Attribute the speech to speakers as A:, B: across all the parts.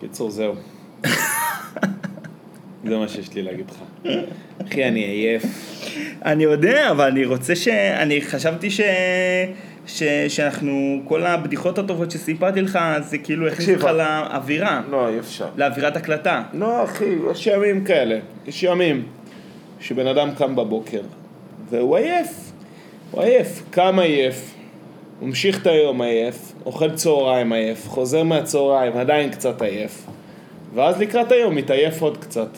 A: קיצור, זהו. זה מה שיש לי להגיד לך. אחי, אני עייף.
B: אני יודע, אבל אני רוצה ש... אני חשבתי ש... ש... שאנחנו, כל הבדיחות הטובות שסיפרתי לך, זה כאילו הכניס
A: תקשיב,
B: אותך לאווירה,
A: לא, אי אפשר.
B: לאווירת הקלטה.
A: לא, אחי, יש ימים כאלה. יש ימים שבן אדם קם בבוקר, והוא עייף. הוא עייף. קם עייף, ממשיך את היום עייף, אוכל צהריים עייף, חוזר מהצהריים, עדיין קצת עייף. ואז לקראת היום מתעייף עוד קצת.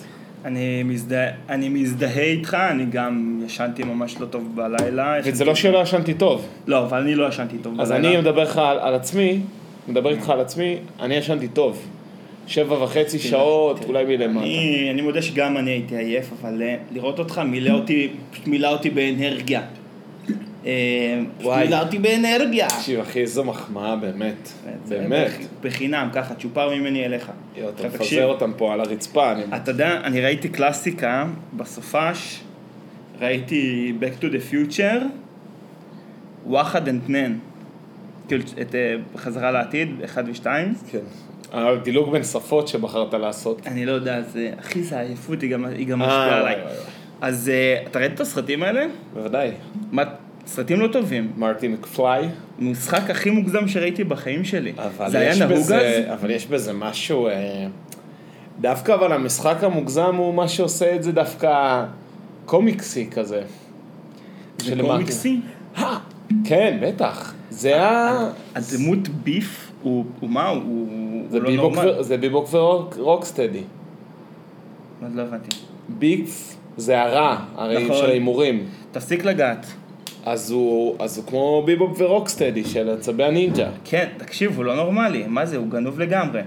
B: אני מזדהה, אני מזדהה איתך, אני גם ישנתי ממש לא טוב בלילה.
A: וזה
B: ישנתי-
A: לא שלא ישנתי טוב.
B: לא, אבל אני לא ישנתי טוב בלילה.
A: אז אני מדבר לך על, על עצמי, מדבר איתך על עצמי, אני ישנתי טוב. שבע וחצי שעות, אולי מלמטה.
B: כן, אני, אני מודה שגם אני הייתי עייף, אבל אה, לראות אותך מילא אותי, פשוט מילא אותי באנרגיה. אה, פשוט
A: וואי.
B: מילא אותי באנרגיה.
A: תקשיב, אחי, איזו מחמאה, באמת.
B: זה
A: באמת.
B: בח- בחינם, ככה, צ'ופר ממני אליך.
A: יואו, אתה
B: עכשיו,
A: מפזר
B: תקשיב,
A: אותם פה על הרצפה, אני...
B: אתה יודע, אני ראיתי קלאסיקה בסופש, ראיתי Back to the Future, וואחד אנד נן. כאילו, את אה, חזרה לעתיד, אחד ושתיים.
A: כן. הדילוג בין שפות שבחרת לעשות.
B: אני לא יודע, זה, אחי, זה עייפות, היא גם, היא גם
A: אה,
B: משפיעה
A: וואי,
B: עליי.
A: וואי, וואי.
B: אז אה, אתה ראית את הסרטים האלה?
A: בוודאי.
B: מה, סרטים לא טובים.
A: מרטי מקפליי.
B: משחק הכי מוגזם שראיתי בחיים שלי.
A: אבל
B: זה היה
A: יש
B: נהוג
A: בזה-
B: אז?
A: אבל יש בזה משהו... אה, דווקא אבל המשחק המוגזם הוא מה שעושה את זה דווקא קומיקסי כזה.
B: זה
A: של
B: קומיקסי?
A: אה, כן, בטח. זה
B: אה,
A: ה...
B: הדמות ביף הוא הוא מה? הוא- הוא
A: זה
B: הוא לא
A: ביבוק
B: נורמל.
A: ו- זה ביבוק ורוקסטדי.
B: עוד לא הבנתי.
A: ביגס זה הרע, הרי
B: נכון.
A: של ההימורים.
B: תפסיק לגעת.
A: אז הוא, אז הוא כמו ביבוק ורוקסטדי של עצבי הנינג'ה.
B: כן, תקשיב, הוא לא נורמלי. מה זה, הוא גנוב לגמרי.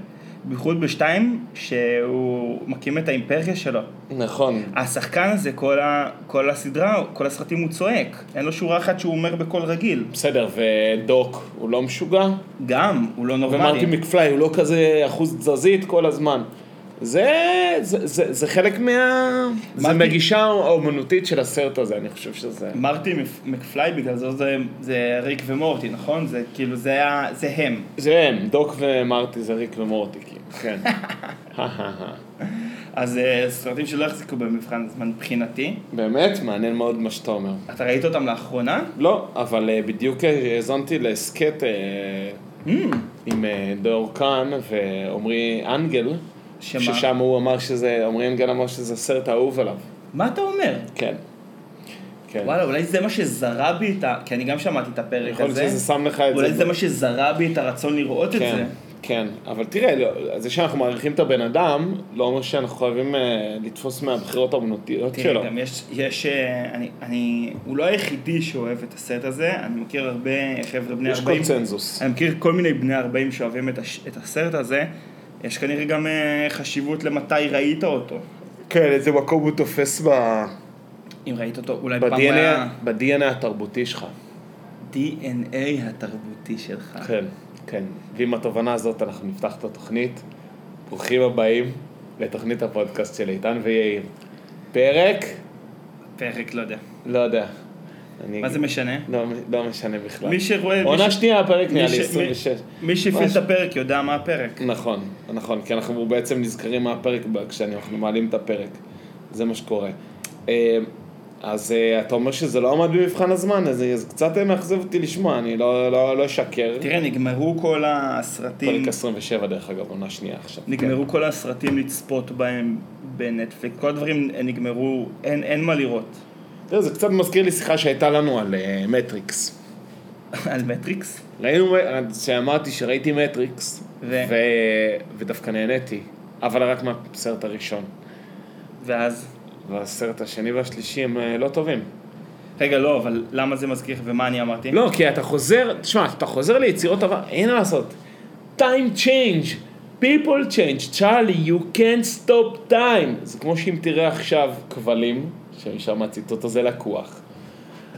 B: בייחוד בשתיים, שהוא מקים את האימפריה שלו.
A: נכון.
B: השחקן הזה, כל, ה, כל הסדרה, כל הסרטים הוא צועק. אין לו שורה אחת שהוא אומר בקול רגיל.
A: בסדר, ודוק הוא לא משוגע?
B: גם, הוא לא נורמלי.
A: ומרטי מקפליי הוא לא כזה אחוז תזזית כל הזמן. זה, זה, זה, זה חלק מה... זה
B: מרטי-
A: מהגישה האומנותית של הסרט הזה, אני חושב שזה...
B: מרטי מפ- מקפליי, בגלל זה זה, זה ריק ומורטי, נכון? זה כאילו, זה, ה- זה הם.
A: זה הם, דוק ומרטי זה ריק ומורטי, כאילו. כן.
B: אז אה, סרטים שלא החזיקו במבחן הזמן מבחינתי.
A: באמת, מעניין מאוד מה שאתה אומר.
B: אתה ראית אותם לאחרונה?
A: לא, אבל אה, בדיוק האזנתי להסכת אה,
B: Mm.
A: עם אה, דור קאן ועמרי אנגל,
B: שמה?
A: ששם הוא אמר שזה, עמרי אנגל אמר שזה הסרט האהוב עליו.
B: מה אתה אומר?
A: כן. כן.
B: וואלה, אולי זה מה שזרה בי את ה... כי אני גם שמעתי את הפרק
A: יכול להיות
B: הזה.
A: שזה שם לך את
B: אולי
A: זה.
B: זה מה שזרה בי את הרצון לראות את
A: כן,
B: זה.
A: כן. אבל תראה, לא, זה שאנחנו מעריכים את הבן אדם, לא אומר שאנחנו חייבים אה, לתפוס מהבחירות האומנותיות שלו.
B: תראה, גם יש, יש, אה, אני, אני, הוא לא היחידי שאוהב את הסרט הזה, אני מכיר הרבה חבר'ה בני
A: יש
B: 40.
A: קונצנזוס.
B: אני מכיר כל מיני בני 40 שאוהבים את, הש, את הסרט הזה, יש כנראה גם אה, חשיבות למתי ראית אותו.
A: כן, איזה מקום הוא תופס
B: אם ראית אותו, אולי פעם היה
A: ב-DNA התרבותי שלך.
B: DNA התרבותי שלך.
A: כן, כן. ועם התובנה הזאת אנחנו נפתח את התוכנית. ברוכים הבאים לתוכנית הפודקאסט של איתן ויאיר. פרק?
B: פרק, לא יודע.
A: לא יודע. אני...
B: מה זה משנה?
A: לא, לא משנה בכלל.
B: מי שרואה... מי
A: עונה
B: ש-
A: שנייה הפרק נראה
B: מי
A: לי
B: ש-
A: 26.
B: מי- מי שהפעיל
A: מה
B: את
A: ש-
B: הפרק יודע מה הפרק.
A: נכון, נכון, כי אנחנו בעצם נזכרים מהפרק כשאנחנו מעלים את הפרק. זה מה שקורה. אה, אז אה, אתה אומר שזה לא עמד במבחן הזמן, אז זה זה קצת מאכזב אותי לשמוע, אני לא לא- לא אשקר.
B: תראה, נגמרו כל הסרטים,
A: פרק 27 דרך אגב, עונה שנייה עכשיו.
B: נגמרו כל הסרטים לצפות בהם בנטפליקס, כל הדברים נגמרו, אין אין מה לראות.
A: תראה, לא, זה קצת מזכיר לי שיחה שהייתה לנו על אה, מטריקס.
B: על מטריקס?
A: ראינו, מ- שאמרתי שראיתי מטריקס,
B: ו-
A: ו... ודווקא נהניתי, אבל רק מהסרט הראשון.
B: ואז?
A: והסרט השני והשלישי הם אה, לא טובים.
B: רגע, לא, אבל למה זה מזכיר ומה אני אמרתי?
A: לא, כי אתה חוזר, תשמע, אתה חוזר ליצירות עבר, אין מה לעשות. time change, people change, Charlie, you can't stop time. זה כמו שאם תראה עכשיו כבלים, שמשם הציטוט הזה לקוח.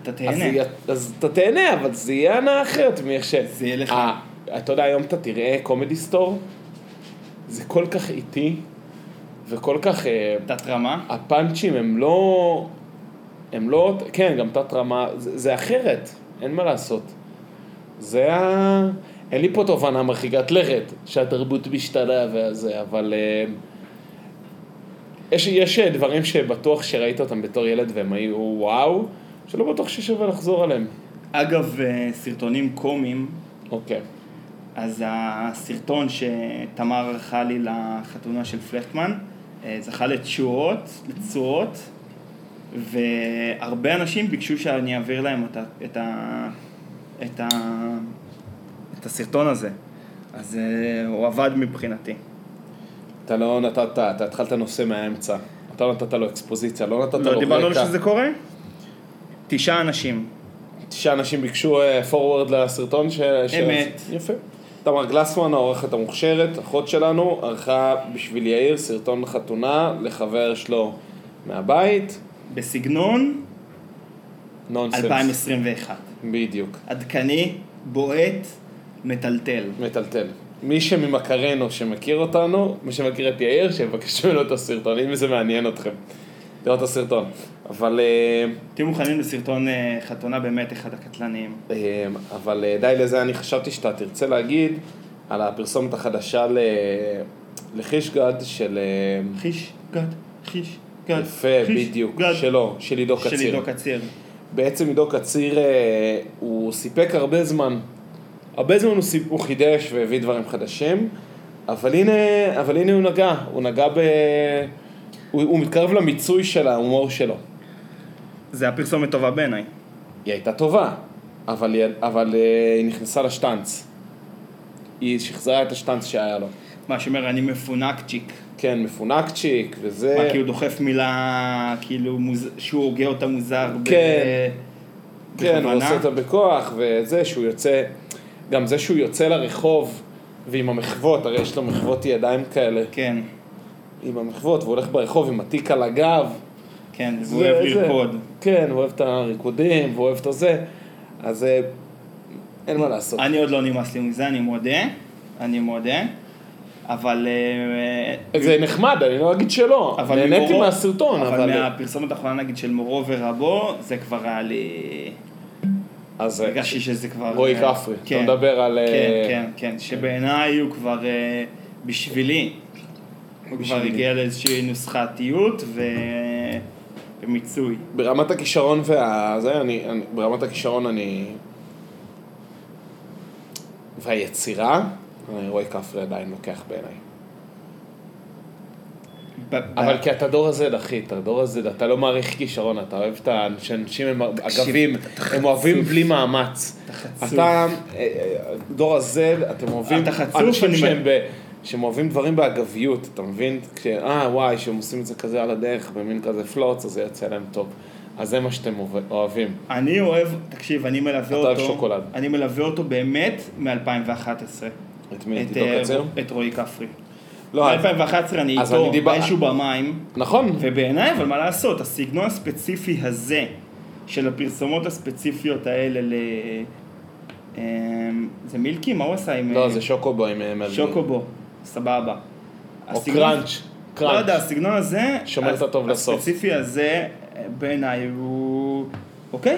B: אתה
A: אז, זה
B: תהנה.
A: יהיה, אז אתה תהנה, אבל זה יהיה הנאה אחרת מאיך ש...
B: זה יהיה לך.
A: אה, אתה יודע, היום אתה תראה קומדי סטור, זה כל כך איטי, וכל כך... אה,
B: תת רמה?
A: הפאנצ'ים הם לא... הם לא... כן, גם תת רמה, זה, זה אחרת, אין מה לעשות. זה ה... אין לי פה תובנה מרחיקת לכת, שהתרבות משתנה וזה, אבל... אה, יש, יש אה, דברים שבטוח שראית אותם בתור ילד והם היו וואו, שלא בטוח ששווה לחזור עליהם.
B: אגב, אה, סרטונים קומיים,
A: אוקיי.
B: אז הסרטון שתמר ערכה לי לחתונה של פלכטמן, אה, זכה לתשורות, לתשורות, והרבה אנשים ביקשו שאני אעביר להם את, ה, את, ה, את, ה, את הסרטון הזה. אז אה, הוא עבד מבחינתי.
A: אתה לא נתת, אתה התחלת נושא מהאמצע. אתה לא נתת לו אקספוזיציה, לא נתת לו
B: לא דיברנו על שזה קורה? תשעה אנשים.
A: תשעה אנשים ביקשו פורוורד לסרטון ש... ש-
B: אמת.
A: יפה. תמר גלסמן, העורכת המוכשרת, אחות שלנו, ערכה בשביל יאיר סרטון חתונה לחבר שלו מהבית,
B: בסגנון
A: נונסנס.
B: 2021.
A: בדיוק.
B: עדכני, בועט, מטלטל.
A: מטלטל. מי שממכרנו שמכיר אותנו, מי שמכיר את יאיר, שיבקש ממנו את הסרטון, אם זה מעניין אתכם. לראות את הסרטון. אבל... אה,
B: תהיו מוכנים לסרטון אה, חתונה באמת אחד הקטלניים.
A: אמ, אבל אה, די לזה, אני חשבתי שאתה תרצה להגיד על הפרסומת החדשה ל... לחישגד של... אה,
B: חיש, גד, חיש, גד.
A: יפה,
B: חיש,
A: בדיוק,
B: גד.
A: שלו, של עידו
B: של
A: קציר.
B: עידו קציר.
A: בעצם עידו קציר, אה, הוא סיפק הרבה זמן. הרבה זמן הוא, סיפ... הוא חידש והביא דברים חדשים, אבל הנה, אבל הנה הוא נגע, הוא נגע ב... הוא, הוא מתקרב למיצוי של ההומור שלו.
B: זה הפרסומת טובה בעיניי.
A: היא הייתה טובה, אבל, היא- אבל אה, היא נכנסה לשטאנץ. היא שחזרה את השטאנץ שהיה לו.
B: מה שאומר, אני מפונקצ'יק.
A: כן, מפונקצ'יק וזה.
B: מה, כאילו דוחף מילה, כאילו, מוז... שהוא הוגה אותה מוזר. ב-
A: כן. כן, הוא
B: בכוונה?
A: עושה אותה בכוח, וזה שהוא יוצא, גם זה שהוא יוצא לרחוב ועם המחוות, הרי יש לו מחוות ידיים כאלה,
B: כן,
A: עם המחוות, והוא הולך ברחוב עם התיק על הגב.
B: כן,
A: זה-
B: והוא אוהב
A: זה.
B: לרקוד.
A: כן, הוא אוהב את הריקודים, והוא אוהב את הזה, אז אה, אין מה לעשות.
B: אני עוד לא נמאס לי מזה, אני מודה. אני מודה. אבל... אה,
A: זה נחמד, אני לא אגיד שלא,
B: אבל
A: נהניתי
B: ממורו-
A: מהסרטון,
B: אבל
A: אבל...
B: מהפרסומת האחרונה נגיד של מורו ורבו, זה כבר היה לי...
A: אז אה,
B: הרגשתי שזה כבר...
A: רועי
B: אה,
A: כפרי, אתה
B: כן,
A: מדבר על, אה,
B: כן, כן, כן, שבעיניי הוא כבר אה, בשבילי. הוא כבר
A: בשבילי.
B: הגיע לאיזושהי נוסחתיות ו... ומיצוי.
A: ברמת הכישרון וה... זה, אני, אני, ברמת הכישרון אני... והיצירה, אני רואה כפרי עדיין לוקח בעיניי.
B: ב- ב-
A: אבל כן. כי אתה דור הזד, אחי, אתה דור הזד, אתה לא מעריך כישרון, אתה אוהב את האנשים, הם אגבים, הם אוהבים בלי מאמץ.
B: חצוף.
A: אתה, אה, אה, דור הזד, אתם אוהבים
B: אתה חצוף,
A: אנשים
B: אני
A: שהם ב... שהם אוהבים דברים באגביות, אתה מבין? כש... אה, וואי, שהם עושים את זה כזה על הדרך, במין כזה פלוץ, אז זה יוצא להם טוב. אז זה מה שאתם אוהב- אוהבים.
B: אני אוהב, תקשיב, אני מלווה
A: אתה
B: אותו,
A: אוהב שוקולד.
B: אני מלווה אותו באמת מ-2011.
A: את מי? את
B: את,
A: עידו
B: אה,
A: קציר?
B: את רועי כפרי.
A: לא, אז-
B: מ-2011 אני
A: אז
B: איתו
A: אני דיבר-
B: באיזשהו במים,
A: נכון,
B: ובעיניי, אבל מה לעשות, הסגנון הספציפי הזה, של הפרסומות הספציפיות האלה ל... אמ, זה מילקי? מה הוא עשה עם...
A: לא,
B: אה,
A: זה שוקובו עם אה, מרגי.
B: שוקובו, סבבה.
A: או
B: הסגנון-
A: קראנץ',
B: לא יודע,
A: קראנץ'.
B: הסגנון הזה...
A: שומר את
B: הס-
A: הטוב לסוף.
B: הספציפי הזה, אה, בעיניי הוא... אוקיי?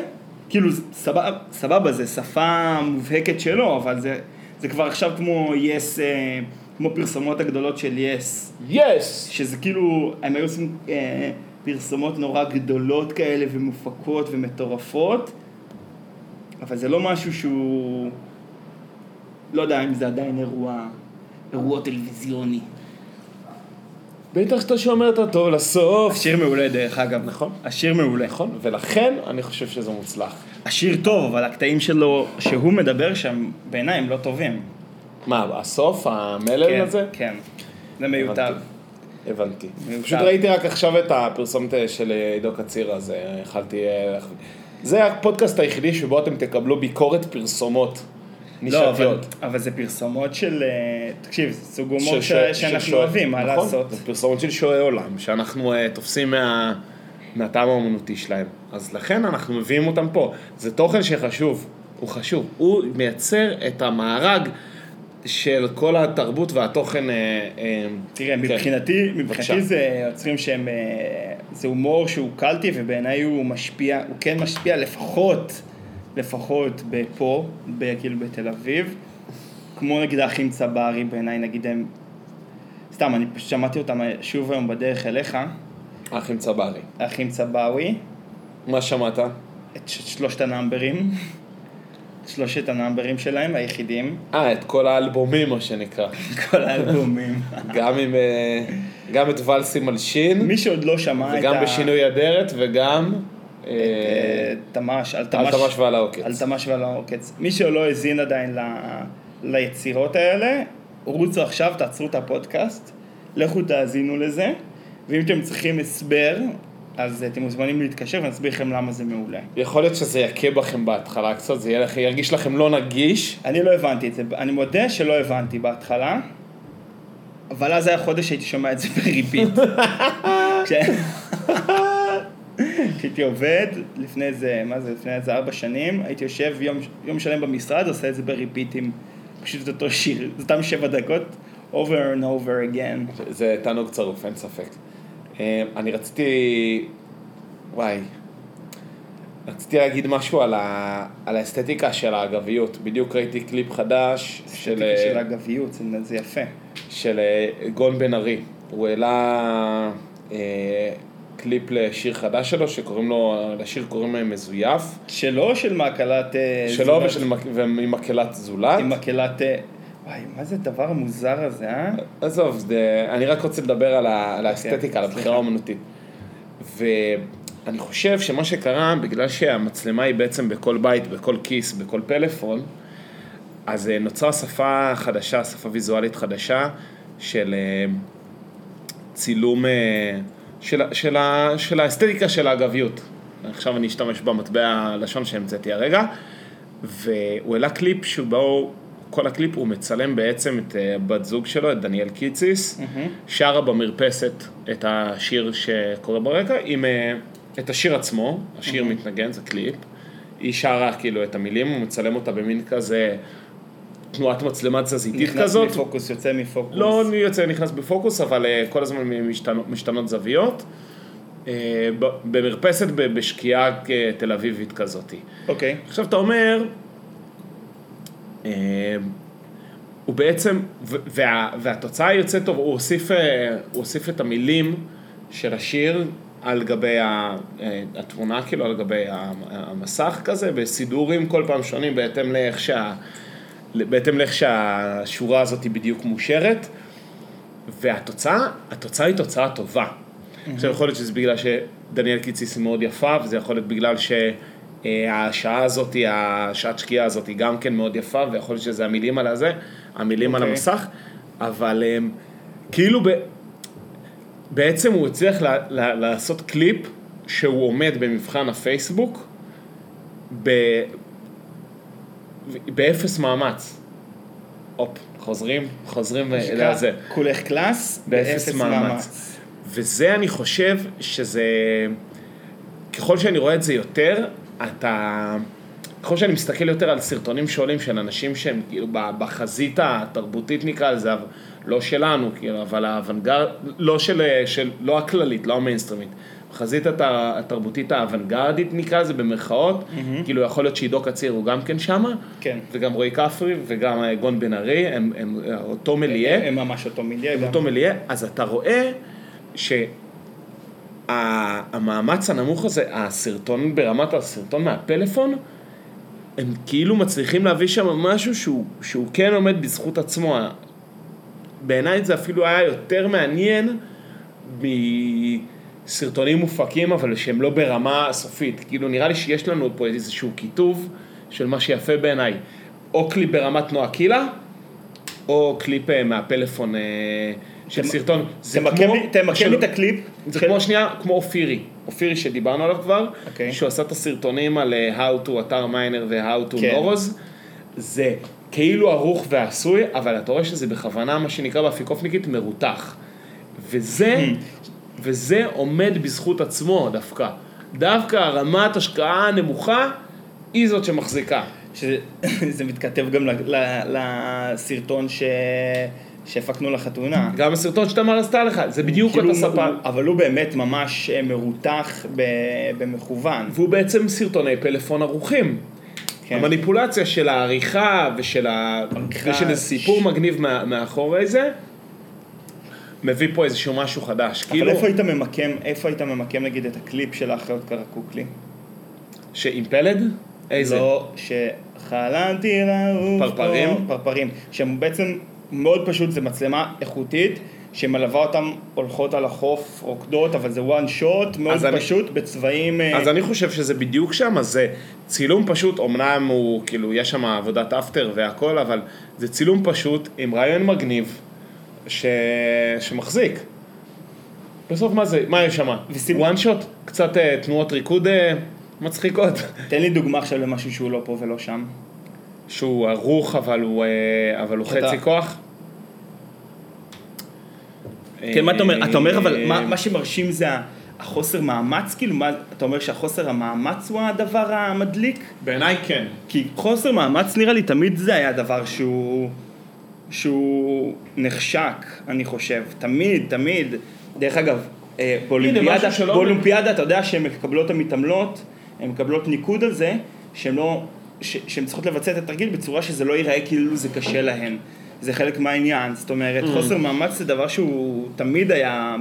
B: כאילו, סבבה, סבבה, זה שפה מובהקת שלו, אבל זה, זה כבר עכשיו כמו יס, אה, כמו פרסומות הגדולות של יס.
A: יס!
B: שזה כאילו, הם היו עושים אה, פרסומות נורא גדולות כאלה ומופקות ומטורפות, אבל זה לא משהו שהוא, לא יודע אם זה עדיין אירוע, אירוע טלוויזיוני.
A: בטח שאתה שומר את הטוב לסוף.
B: השיר מעולה דרך אגב.
A: נכון.
B: השיר מעולה.
A: נכון, ולכן אני חושב שזה מוצלח.
B: השיר טוב, אבל הקטעים שלו, שהוא מדבר שם, בעיניי הם לא טובים.
A: מה, הסוף, המלל הזה?
B: כן. זה מיותר.
A: הבנתי. הבנתי.
B: מיותר.
A: פשוט ראיתי רק עכשיו את הפרסומת אה, של אה, עידו קציר, אז אה, יכלתי... אה, לח- זה הפודקאסט היחידי שבו אתם תקבלו ביקורת פרסומות
B: לא, אבל,
A: נישתיות.
B: אבל זה פרסומות של, אה, תקשיב, זה סוג
A: של-
B: הומור ש-
A: של- של
B: שאנחנו
A: שועי-
B: אוהבים, מה
A: נכון,
B: לעשות?
A: זה פרסומות של שועי עולם, שאנחנו אה, תופסים מה- מהטעם האומנותי שלהם. אז לכן אנחנו מביאים אותם פה. זה תוכן שחשוב, הוא חשוב. הוא מייצר את המארג של כל התרבות והתוכן... אה, אה,
B: תראה,
A: כן.
B: מבחינתי,
A: בבקשה.
B: מבחינתי זה יוצרים שהם, אה, זה הומור שהוא קלטי ובעיניי הוא משפיע, הוא כן משפיע לפחות, לפחות בפה, ב- כאילו בתל אביב, כמו נגיד האחים צברי בעיניי, נגיד הם... סתם, אני פשוט שמעתי אותם שוב היום בדרך אליך,
A: אחים צברי.
B: האחים צברי,
A: מה שמעת?
B: את ש- שלושת הנאמברים, שלושת הנאמברים שלהם, היחידים,
A: אה, את כל האלבומים, מה שנקרא.
B: כל האלבומים.
A: גם עם... אה, גם את ולסים על שין,
B: מי שעוד לא שמע את
A: וגם בשינוי אדרת, וגם... אה,
B: אה, תמ"ש, על
A: על תמ"ש
B: תמ"ש
A: ועל העוקץ.
B: על תמ"ש ועל העוקץ. מי שלא האזין עדיין ל- ליצירות האלה, רוצו עכשיו, תעצרו את הפודקאסט, לכו תאזינו לזה, ואם אתם צריכים הסבר, אז אתם מוזמנים להתקשר ונסביר לכם למה זה מעולה.
A: יכול להיות שזה יכה בכם בהתחלה קצת, זה יהיה לכם- ירגיש לכם לא נגיש.
B: אני לא הבנתי את זה, אני מודה שלא הבנתי בהתחלה, אבל אז היה חודש שהייתי שומע את זה בריבית. כשהייתי עובד, לפני איזה, מה זה, לפני איזה ארבע שנים, הייתי יושב יום, יום שלם במשרד, עושה את זה בריפיטים, פשוט את אותו שיר, זה אותם שבע דקות, over and over again.
A: זה תענוג צרוף, אין ספק. אה, אני רציתי... וואי. רציתי להגיד משהו על, ה... על האסתטיקה של האגביות. בדיוק ראיתי קליפ חדש של,
B: של... של
A: אה,
B: הגביות, זה, זה יפה.
A: של אה, גון בן ארי. הוא העלה אה, קליפ לשיר חדש שלו, שקוראים לו, לשיר קוראים לו מזויף.
B: שלו או של מקהלת... אה,
A: שלו
B: זולת?
A: ושל מק- ועם מקהלת זולת.
B: עם מקהלת... אה, וואי, מה זה הדבר המוזר הזה, אה?
A: עזוב, זה, אני רק רוצה לדבר על, ה, על האסתטיקה, על הבחירה
B: סליחה.
A: האומנותית. ואני חושב שמה שקרה, בגלל שהמצלמה היא בעצם בכל בית, בכל כיס, בכל פלאפון, אז אה, נוצרה שפה חדשה, שפה ויזואלית חדשה, של אה, צילום, אה, של, ה- של, ה- של האסתטיקה של האגביות. עכשיו אני אשתמש במטבע הלשון שהמצאתי הרגע. והוא העלה קליפ שבו, כל הקליפ הוא מצלם בעצם את אה, בת זוג שלו, את דניאל קיציס, שרה במרפסת את השיר שקורה ברקע, עם אה, את השיר עצמו, השיר מתנגן, זה קליפ. היא שרה כאילו את המילים, הוא מצלם אותה במין כזה תנועת מצלמה תזזיתית
B: נכנס
A: כזאת,
B: מפוקוס, יוצא מפוקוס.
A: לא אני יוצא נכנס בפוקוס, אבל אה, כל הזמן משתנות, משתנות זוויות. אה, ב- במרפסת ב- בשקיעה אה, תל אביבית כזאתי.
B: אוקיי.
A: עכשיו אתה אומר, אה, הוא בעצם, ו- וה, והתוצאה יוצאת טוב, הוא הוסיף, אה, הוא הוסיף את המילים של השיר על גבי ה- אה, התמונה, כאילו על גבי ה- המסך כזה, בסידורים כל פעם שונים בהתאם לאיך, שה, בהתאם לאיך שהשורה הזאת היא בדיוק מושרת. והתוצאה, התוצאה היא תוצאה טובה. עכשיו יכול להיות שזה בגלל שדניאל קיציס היא מאוד יפה, וזה יכול להיות בגלל שהשעה הזאת, השעת שקיעה הזאת היא גם כן מאוד יפה, ויכול להיות שזה המילים על הזה, המילים על
B: אוקיי.
A: המסך, אבל אמ, כאילו ב... בעצם הוא הצליח ל- ל- לעשות קליפ שהוא עומד במבחן הפייסבוק ב... באפס מאמץ. הופ, חוזרים, חוזרים אליה זה.
B: כולך קלאס,
A: באפס
B: באפס
A: מאמץ.
B: מאמץ.
A: וזה אני חושב שזה, ככל שאני רואה את זה יותר, אתה, ככל שאני מסתכל יותר על סרטונים שעולים של אנשים שהם כאילו ב- בחזית התרבותית נקרא לזה, אבל לא שלנו, כאילו, אבל האוונגרד, לא של, של, לא הכללית, לא המיינסטרימית, בחזית הת, התרבותית האוונגרדית נקרא לזה במרכאות, mm-hmm. כאילו יכול להיות שעידו קציר הוא גם כן שמה,
B: כן.
A: וגם רועי כפרי וגם אה, גון בן ארי, הם, הם, אותו מליה.
B: הם ממש אותו מיליה. גם.
A: אותו מליה, אז אתה רואה שהמאמץ הנמוך הזה, הסרטון ברמת הסרטון מהפלאפון, הם כאילו מצליחים להביא שם משהו שהוא, שהוא כן עומד בזכות עצמו. בעיניי זה אפילו היה יותר מעניין מסרטונים מופקים, אבל שהם לא ברמה סופית. כאילו, נראה לי שיש לנו פה איזשהו כיתוב של מה שיפה בעיניי. או קליפ ברמת נועה קילה, או קליפ אה, מהפלאפון אה, של
B: תמ-
A: סרטון. זה
B: תמקם
A: כמו-
B: לי- תמקם לי
A: של-
B: את הקליפ.
A: זה
B: של-
A: כמו שנייה, כמו אופירי, אופירי שדיברנו עליו כבר,
B: אוקיי.
A: שהוא עשה את הסרטונים על אה, How to אתר מיינר ו-How to
B: כן.
A: נורוז, זה כאילו ערוך ועשוי, אבל אתה רואה שזה בכוונה, מה שנקרא באפיקופניקית, מרותח. וזה,
B: Hmm.
A: וזה עומד בזכות עצמו דווקא. דווקא הרמת השקעה הנמוכה היא זאת שמחזיקה.
B: שזה- זה מתכתב גם ל- ל- לסרטון ש- שהפקנו לחתונה.
A: גם הסרטון שתמר עשתה לך, זה בדיוק
B: כאילו
A: אותה
B: הוא-
A: ספה.
B: אבל הוא באמת ממש אה, מרותח ב- במכוון.
A: והוא בעצם סרטוני פלאפון ערוכים.
B: כן.
A: המניפולציה של העריכה ושל, ה...
B: המקרש.
A: ושל איזה סיפור מגניב מה... מאחורי זה, מביא פה איזשהו משהו חדש.
B: אבל
A: כאילו,
B: איפה היית ממקם, איפה היית ממקם נגיד את הקליפ של האחיות קרקוקלי?
A: שאימפלד? איזה?
B: לא, שחלמתי לעוף
A: פרפרים?
B: פה- פרפרים, שהם בעצם מאוד פשוט, זה מצלמה איכותית. שמלווה אותם הולכות על החוף, רוקדות, אבל זה one shot, מאוד
A: אז אני-
B: פשוט, בצבעים... אה,
A: אז אני חושב שזה בדיוק שם, אז זה צילום פשוט, אמנם הוא, כאילו, יש שם עבודת אפטר והכל, אבל זה צילום פשוט עם רעיון מגניב ש... שמחזיק. בסוף מה זה, מה יש שם?
B: וסיב-
A: וואן שוט? קצת אה, תנועות ריקוד אה, מצחיקות?
B: תן לי דוגמה עכשיו למשהו שהוא לא פה ולא שם.
A: שהוא ערוך, אבל הוא, אה, אבל הוא
B: אתה-
A: חצי כוח?
B: כן, מה אתה אומר? אתה אומר, אבל מה-
A: אה,
B: מה שמרשים זה ה- החוסר מאמץ, כאילו, מה, אתה אומר שהחוסר המאמץ הוא הדבר המדליק?
A: בעיניי כן.
B: כי חוסר מאמץ, נראה לי, תמיד זה היה דבר שהוא... שהוא נחשק, אני חושב. תמיד, תמיד. דרך אגב, אה, באולימפיאדה,
A: משהו שלא-
B: באולימפיאדה, אתה יודע שהן מקבלות המתעמלות, הן מקבלות ניקוד על זה, שהן לא... ש- שהן צריכות לבצע את התרגיל בצורה שזה לא ייראה כאילו זה קשה להן. זה חלק מהעניין, זאת
A: Mm.
B: אומרת, חוסר מאמץ זה דבר שהוא תמיד היה...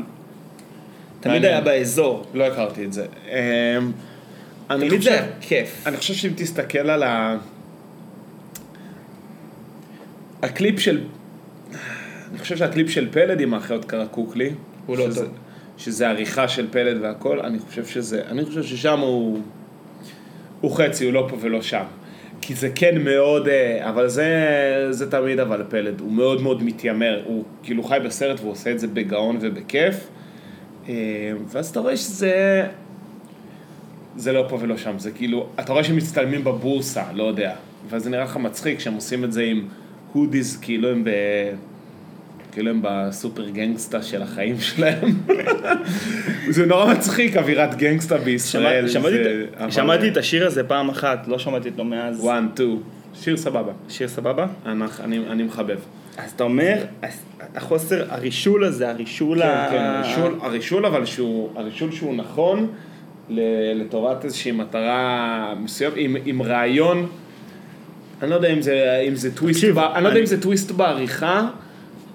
B: תמיד
A: מעניין.
B: היה באזור.
A: לא הכרתי את זה. אה, אני
B: תמיד זה
A: חושב-
B: היה כיף.
A: אני חושב שאם תסתכל על ה... הקליפ של... אני חושב שהקליפ של פלד עם האחיות קרקוקלי,
B: הוא לא
A: שזה-
B: טוב.
A: שזה עריכה של פלד והכל, אני חושב שזה, אני חושב ששם הוא, הוא חצי, הוא לא פה ולא שם. כי זה כן מאוד, אה, אבל זה, זה תמיד אבל פלד, הוא מאוד מאוד מתיימר, הוא כאילו חי בסרט והוא עושה את זה בגאון ובכיף, אה, ואז אתה רואה שזה, זה לא פה ולא שם, זה כאילו, אתה רואה שהם מצטלמים בבורסה, לא יודע. ואז זה נראה לך מצחיק שהם עושים את זה עם הודיז, כאילו הם ב... כאילו הם בסופר גנגסטה של החיים שלהם. זה נורא מצחיק, אווירת גנגסטה בישראל.
B: שמע- שמעתי
A: זה-
B: את-
A: אבל-
B: שמעתי את השיר הזה פעם אחת, לא שמעתי אותו מאז.
A: one, two. שיר סבבה.
B: שיר סבבה?
A: אנחנו- אני אני מחבב.
B: אז אתה אומר, הס- החוסר, הרישול הזה, הרישול ה...
A: כן, כן, הרישול, הרישול אבל שהוא, הרישול שהוא נכון ל- לטובת איזושהי מטרה מסוימת, עם, עם רעיון, אני לא יודע אם זה, אם זה טוויסט,
B: תקשיב,
A: ב, אני, לא יודע
B: אני-
A: אם זה טוויסט בעריכה,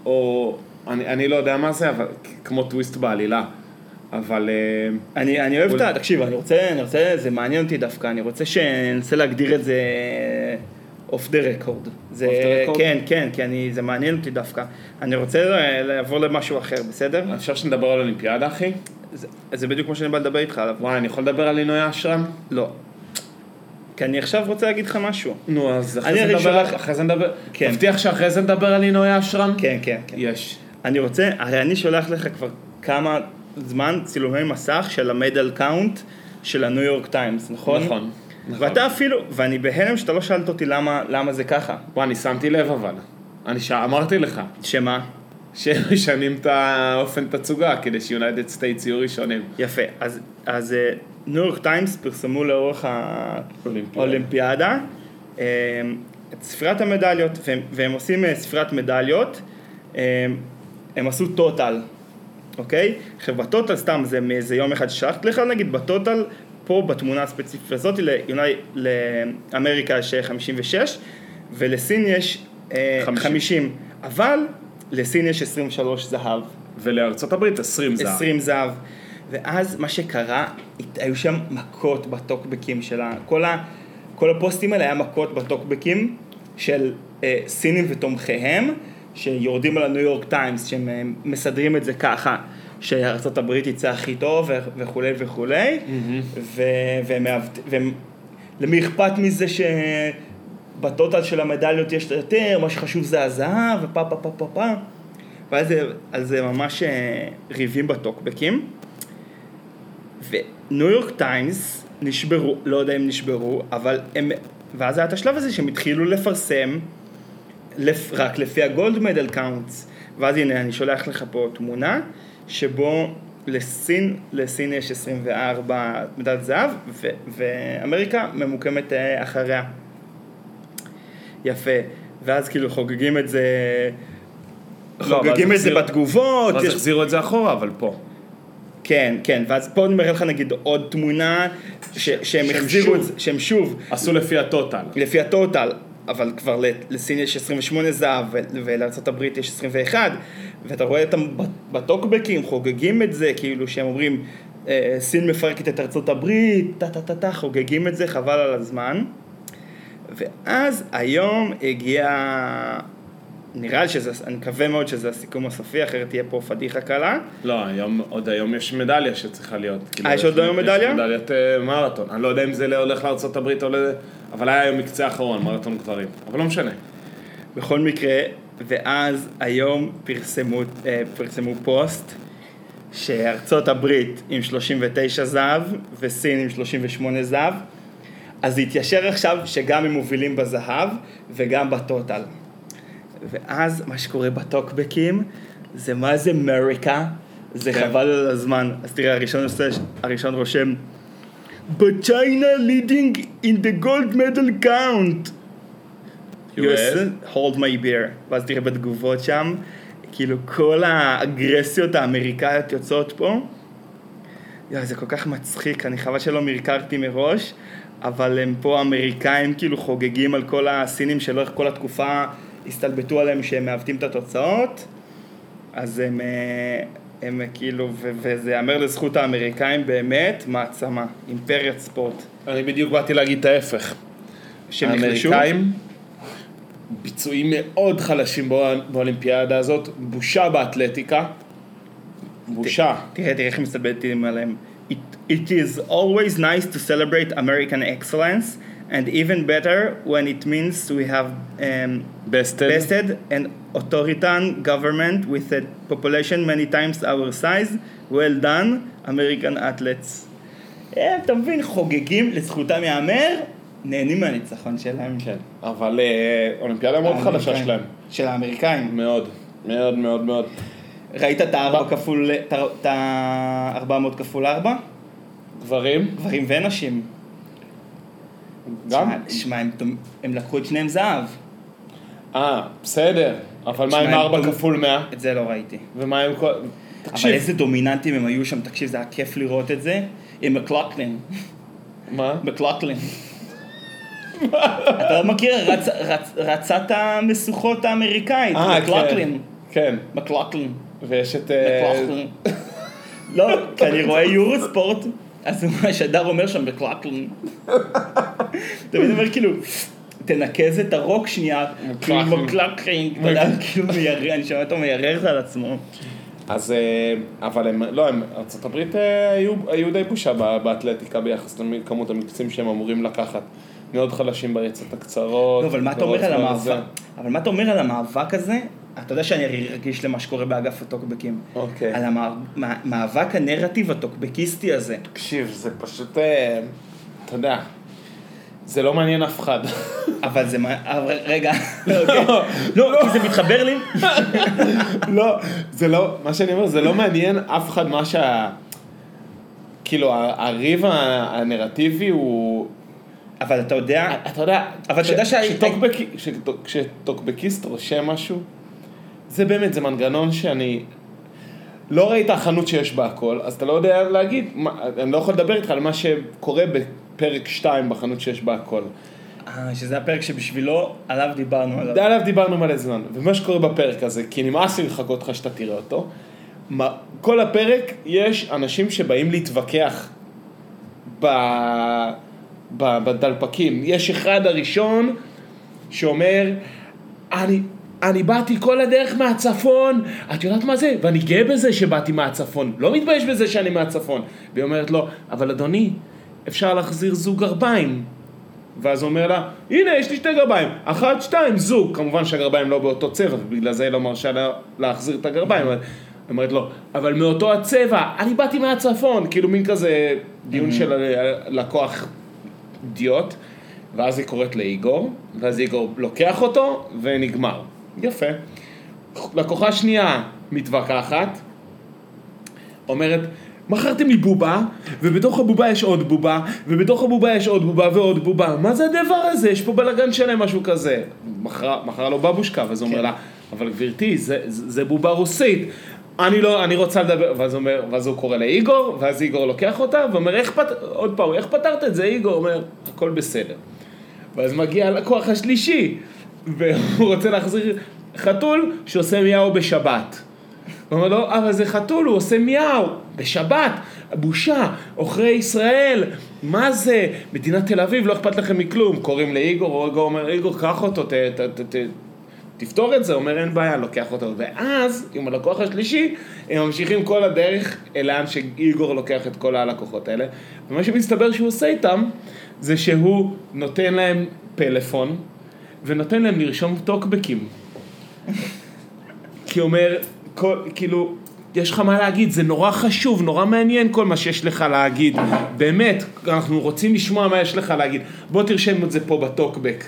A: או אני, אני לא יודע מה זה, אבל כ- כמו טוויסט בעלילה, אבל אה,
B: אני, אני אוהב את ה...
A: הוא-
B: תקשיב, אני רוצה, אני רוצה, זה מעניין אותי דווקא, אני רוצה שננסה להגדיר את זה אוף דה רקורד. זה,
A: Off the record?
B: כן, כן, כי אני, זה מעניין אותי דווקא. אני רוצה אה, לעבור למשהו אחר, בסדר?
A: אפשר שנדבר על אולימפיאדה אחי?
B: זה, זה בדיוק מה שאני בא לדבר איתך עליו.
A: וואי, אני יכול לדבר על עינוי אשרם?
B: לא. כי אני עכשיו רוצה להגיד לך משהו.
A: נו, אז אחרי
B: אני
A: זה
B: הרי
A: נדבר,
B: שולח-
A: אחרי זה נדבר,
B: כן.
A: תבטיח שאחרי זה נדבר על עינוי אשרם?
B: כן, כן, כן.
A: יש.
B: אני רוצה, הרי אני שולח לך כבר כמה זמן צילומי מסך של המדל קאונט של הניו יורק טיימס, נכון?
A: נכון. נכון.
B: ואתה אפילו, ואני בהלם שאתה לא שאלת אותי למה, למה זה ככה.
A: וואי, אני שמתי לב אבל. אני ש... אמרתי לך,
B: שמה?
A: שהם משנים את האופן תצוגה כדי שיונייטד סטייטס יהיו ראשונים.
B: יפה, אז, אז אה, ניו יורק טיימס פרסמו לאורך
A: אולימפיאדה.
B: האולימפיאדה אה, את ספירת המדליות, והם, והם עושים אה, ספירת מדליות, אה, הם עשו טוטל, אוקיי? עכשיו בטוטל סתם זה מאיזה יום אחד ששלחתי לך נגיד, בטוטל פה בתמונה הספציפית הזאת ליוני, לאמריקה יש אה, 56 ולסין יש אה,
A: 50.
B: 50, אבל לסין יש 23 זהב.
A: ולארצות הברית 20 זר.
B: 20 זהב. ואז מה שקרה, הת- היו שם מכות בטוקבקים של ה... כל, ה... כל הפוסטים האלה היה מכות בטוקבקים של אה, סינים ותומכיהם, שיורדים על הניו יורק טיימס, שהם אה, מסדרים את זה ככה, שארצות הברית יצא הכי טוב ו- וכולי וכולי, ו... והם... מעוות- והם... למי אכפת מזה ש... בטוטל של המדליות יש יותר, מה שחשוב זה הזהב, ופה פה פה פה פה. ואז זה- על זה ממש אה, ריבים בטוקבקים. וניו יורק טיימס נשברו, לא יודע אם נשברו, אבל הם... ואז היה את השלב הזה שהם התחילו לפרסם לפ... רק לפי הגולד מדל קאונטס. ואז הנה, אני שולח לך פה תמונה, שבו לסין, לסין יש 24 מדלת זהב, ו... ואמריקה ממוקמת אה, אחריה. יפה. ואז כאילו חוגגים את זה,
A: לא, אבל
B: חוגגים
A: אז
B: את לא, זה
A: לא, החזירו-
B: בתגובות,
A: אז
B: יש
A: החזירו את זה אחורה, אבל פה.
B: כן, כן, ואז פה אני מראה לך נגיד עוד תמונה ש- שהם
A: שהם
B: החזירו את זה,
A: שוב.
B: שהם שוב,
A: עשו לפי הטוטל.
B: לפי הטוטל, אבל כבר ל- לסין יש 28 זהב ו- ולארה"ב יש 21, ואתה רואה אותם ב- בטוקבקים חוגגים את זה, כאילו שהם אומרים "אה, סין מפרקת את ארה"ב, טה טה טה טה, חוגגים את זה, חבל על הזמן. ואז היום הגיע, נראה לי שזה, אני מקווה מאוד שזה הסיכום הסופי, אחרת תהיה פה פדיחה קלה.
A: לא, היום, עוד היום יש מדליה שצריכה להיות. כאילו,
B: אה, יש עוד היום מדליה?
A: יש מדליית אה, מרתון. אני לא יודע אם זה הולך לארה"ב או ל... אבל היה היום מקצה אחרון, מרתון גברים. אבל לא משנה.
B: בכל מקרה, ואז היום פרסמו, אה, פרסמו פוסט שארצות הברית עם 39 זהב וסין עם 38 זהב, אז זה התיישר עכשיו שגם הם מובילים בזהב וגם בטוטל. ואז מה שקורה בטוקבקים זה מה זה אמריקה, זה
A: כן.
B: חבל על הזמן. אז תראה, הראשון, עושה- הראשון רושם But China leading in the gold medal count
A: US?
B: US, hold my beer. ואז תראה בתגובות שם, כאילו כל האגרסיות האמריקאיות יוצאות פה. יואי, זה כל כך מצחיק, אני חבל שלא מרקרתי מראש, אבל הם פה האמריקאים כאילו חוגגים על כל הסינים שלאורך כל התקופה הסתלבטו עליהם שהם מעוותים את התוצאות, אז הם, אה, הם אה, כאילו, ו- וזה ייאמר לזכות האמריקאים באמת, מעצמה, אימפריית ספורט,
A: אני בדיוק באתי להגיד את ההפך.
B: שהם נחלשו.
A: האמריקאים ביצועים מאוד חלשים באול- באולימפיאדה הזאת. בושה באתלטיקה. בושה.
B: תראה, תראה איך מסתלבטים עליהם. It, it is always nice to celebrate American excellence, and even better when it means we have um,
A: בסטד.
B: bested an authoritarian government with a population many times our size. Well done, American athletes. אה, אתה מבין, חוגגים, לזכותם ייאמר, נהנים מהניצחון שלהם.
A: כן. אבל אה, אולימפיאדה מאוד חלשה
B: האמריקאים.
A: שלהם.
B: של האמריקאים.
A: מאוד. מאוד מאוד מאוד.
B: ראית את ה-4 כפול, את ה-400 כפול 4?
A: גברים?
B: גברים ונשים.
A: גם?
B: שמע, שמע, הם, תומ- הם לקחו את שניהם זהב.
A: אה, בסדר. אבל מה עם
B: שמע,
A: 4
B: הם-
A: כפול 100?
B: את זה לא ראיתי.
A: ומה עם כל...
B: אבל
A: תקשיב,
B: איזה דומיננטים הם היו שם, תקשיב, זה היה כיף לראות את זה. עם מקלוקלין.
A: מה?
B: מקלוקלין. אתה לא מכיר? רצ, רצ, רצת המשוכות האמריקאית.
A: אה,
B: מקלוקלין.
A: כן,
B: מקלוקלין.
A: ויש את... אה,
B: מקלוקלין. לא, כי אני רואה יורו ספורט, אז מה שהדר אומר שם בקלקלין. תמיד אומר כאילו, תנקז את הרוק שנייה, כאילו
A: מקלקלין.
B: בקלקלין, אתה יודע, כאילו מיירר, אני שומע אותו מיירר על עצמו.
A: אז... אה, אבל הם... לא, הם... ארה"ב היו, היו די בושה ב- באתלטיקה ביחס לכמות המקצים שהם אמורים לקחת. מאוד חלשים בריצות הקצרות.
B: לא, אבל מה אתה
A: לאורך
B: אומר על
A: זמן
B: המאבק?
A: הזה.
B: אבל מה אתה אומר על המאבק הזה? אתה יודע שאני הרי רגיש למה שקורה באגף הטוקבקים.
A: אוקיי.
B: על המאבק הנרטיב הטוקבקיסטי הזה.
A: תקשיב, זה פשוט... אה, אתה יודע. זה לא מעניין אף אחד.
B: אבל זה מה... אבל רגע. לא, אוקיי. לא, כי זה מתחבר לי.
A: לא, זה לא, מה שאני אומר, זה לא מעניין אף אחד מה שה... כאילו, ה- הריב ה- הנרטיבי הוא...
B: אבל אתה יודע...
A: אתה יודע,
B: אבל אתה
A: כש-
B: יודע שה-
A: כשטוקבקי- כשטוק- כשטוקבקיסט רושם משהו, זה באמת, זה מנגנון שאני... לא ראית החנות שיש בה הכל, אז אתה לא יודע להגיד, מה- אני לא יכול לדבר איתך על מה שקורה בפרק 2 בחנות שיש בה הכל.
B: אה, שזה הפרק שבשבילו, עליו דיברנו עליו.
A: עליו דיברנו מלא זמן, ומה שקורה בפרק הזה, כי נמאס לי לחכות לך שאתה תראה אותו, מה- כל הפרק יש אנשים שבאים להתווכח ב... ב... בדלפקים. יש אחד הראשון שאומר, אני... אני באתי כל הדרך מהצפון, את יודעת מה זה? ואני גאה בזה שבאתי מהצפון, לא מתבייש בזה שאני מהצפון. והיא אומרת לו, אבל אדוני, אפשר להחזיר זוג גרביים. ואז הוא אומר לה, הנה, יש לי שתי גרביים, אחת, שתיים, זוג. כמובן שהגרביים לא באותו צבע, ובגלל זה היא לא מרשה לה להחזיר את הגרביים. אבל- היא אומרת לו, אבל מאותו הצבע, אני באתי מהצפון. כאילו מין כזה דיון של ה- לקוח אידיוט. ואז היא קוראת לאיגור, ואז איגור לוקח אותו, ונגמר. יפה. לקוחה שנייה מתווכחת, אומרת, מכרתם לי בובה, ובתוך הבובה יש עוד בובה, ובתוך הבובה יש עוד בובה ועוד בובה, מה זה הדבר הזה? יש פה בלאגן שלם, משהו כזה. מכרה מכרה לו בבושקה, ואז הוא אומר לה, אבל גברתי, זה, זה, זה בובה רוסית. אני לא, אני רוצה לדבר, ואז, אומר, ואז הוא קורא לאיגור, ואז איגור לוקח אותה, ואומר, איך פת... עוד פעם, איך פתרת את זה, איגור? אומר, הכל בסדר. ואז מגיע הלקוח השלישי, והוא רוצה להחזיר חתול שעושה מיהו בשבת. הוא אומר לו, אבל זה חתול, הוא עושה מיהו, בשבת, בושה, עוכרי ישראל, מה זה, מדינת תל אביב, לא אכפת לכם מכלום. קוראים לאיגור, איגור אומר, איגור, קח אותו, ת, ת, ת, ת, תפתור את זה, הוא אומר אין בעיה, לוקח אותו. ואז, עם הלקוח השלישי, הם ממשיכים כל הדרך לאן שאיגור לוקח את כל הלקוחות האלה. ומה שמסתבר שהוא עושה איתם, זה שהוא נותן להם פלאפון, ונותן להם לרשום טוקבקים. כי הוא אומר, כל, כאילו, יש לך מה להגיד, זה נורא חשוב, נורא מעניין כל מה שיש לך להגיד. באמת, אנחנו רוצים לשמוע מה יש לך להגיד. בוא תרשם את זה פה בטוקבק.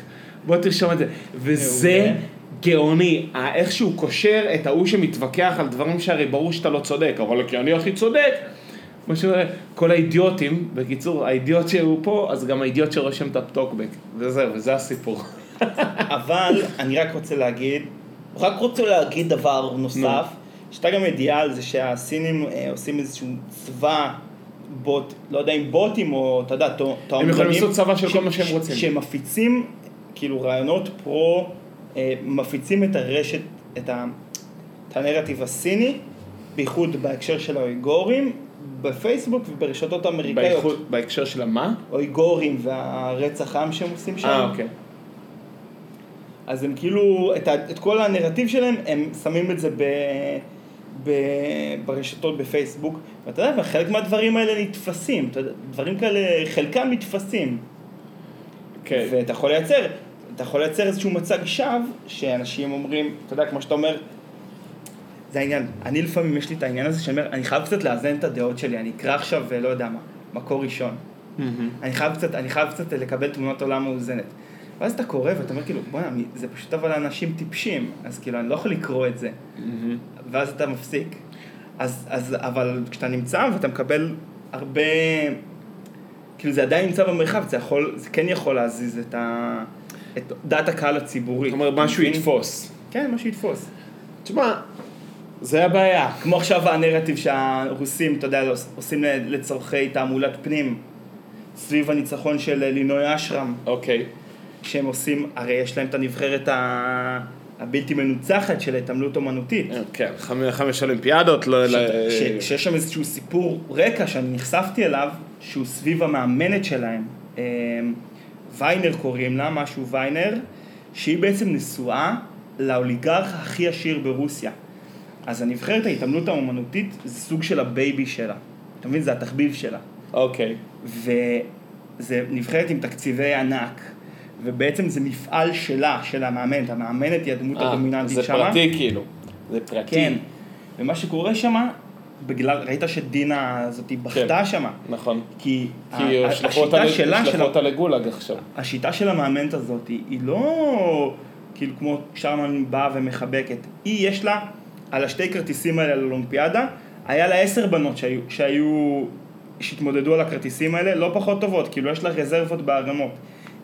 A: בוא תרשום את זה. וזה...
B: מעולה.
A: גאוני, ה- איך שהוא קושר את ההוא שמתווכח על דברים שהרי ברור שאתה לא צודק, אבל כי אני הכי צודק. מה ש... כל האידיוטים, בקיצור, האידיוט שהוא פה, אז גם האידיוט שרושם את הטוקבק, וזהו, וזה הסיפור.
B: אבל אני רק רוצה להגיד, רק רוצה להגיד דבר נוסף, שהייתה גם ידיעה על זה שהסינים אה, עושים איזשהו צבא בוט, לא יודע אם בוטים או, אתה יודע, תועמדנים.
A: יכולים לעשות צבא של כל מה שהם רוצים.
B: שהם מפיצים, כאילו רעיונות פרו, אה, מפיצים את הרשת, את, ה, את הנרטיב הסיני, בייחוד בהקשר של האויגורים, בפייסבוק וברשתות האמריקאיות.
A: באיחוד- בהקשר של המה?
B: אויגורים והרצח עם שהם עושים שם.
A: אה, אוקיי.
B: אז הם כאילו, את, ה, את כל הנרטיב שלהם, הם שמים את זה ב, ב, ברשתות בפייסבוק, ואתה יודע, וחלק מהדברים האלה נתפסים, אתה יודע, דברים כאלה, חלקם נתפסים,
A: כן.
B: ואתה יכול לייצר, אתה יכול לייצר איזשהו מצג שווא, שאנשים אומרים, אתה יודע, כמו שאתה אומר, זה העניין, אני לפעמים יש לי את העניין הזה שאני אומר, אני חייב קצת לאזן את הדעות שלי, אני אקרא עכשיו, אה, לא יודע מה, מקור ראשון.
A: מהמם.
B: אני חייב קצת, אני חייב קצת לקבל תמונת עולם מאוזנת. ואז אתה קורא ואתה אומר כאילו, בוא'נה, מי- זה פשוט אבל אנשים טיפשים, אז כאילו אני לא יכול לקרוא את זה.
A: Mm-hmm.
B: ואז אתה מפסיק. אז, אז, אבל כשאתה נמצא ואתה מקבל הרבה, כאילו זה עדיין נמצא במרחב, זה יכול, זה כן יכול להזיז את ה... את דעת הקהל הציבורית.
A: זאת אומרת,
B: אתה
A: משהו
B: מבין?
A: יתפוס.
B: כן, משהו יתפוס.
A: תשמע, זה הבעיה.
B: כמו עכשיו הנרטיב שהרוסים, אתה יודע, עושים לצורכי תעמולת פנים, סביב הניצחון של לינוי אשרם.
A: אוקיי.
B: שהם עושים, הרי יש להם את הנבחרת ה... הבלתי מנוצחת של התעמלות אומנותית.
A: כן, חמ- חמש אולימפיאדות, לא...
B: ש...
A: לא-
B: ש... שיש שם איזשהו סיפור רקע שאני נחשפתי אליו, שהוא סביב המאמנת שלהם. אמ, ויינר קוראים לה, משהו ויינר, שהיא בעצם נשואה לאוליגרך הכי עשיר ברוסיה. אז הנבחרת ההתעמלות האומנותית זה סוג של הבייבי שלה. אתה מבין? זה התחביב שלה.
A: אוקיי.
B: וזה נבחרת עם תקציבי ענק, ובעצם זה מפעל שלה, של המאמנת, המאמנת היא הדמות
A: אה,
B: הדומיננטית
A: זה
B: שמה.
A: פרטי כאילו. זה פרטי.
B: כן, ומה שקורה שמה, בגלל, ראית שדינה הזאתי בכתה שמה,
A: נכון.
B: כי,
A: כן. כי
B: ה- ה-
A: ישלחו אותה
B: השיטה
A: ל-
B: שלה,
A: ישלחו
B: של ה-
A: אותה לגולאג עכשיו.
B: השיטה של המאמנת הזאת היא היא לא כאילו כמו שרמן באה ומחבקת, היא יש לה על השתי כרטיסים האלה לאולימפיאדה, היה לה עשר בנות שהיו, שהיו, שהתמודדו על הכרטיסים האלה, לא פחות טובות, כאילו יש לה רזרבות בארגנות.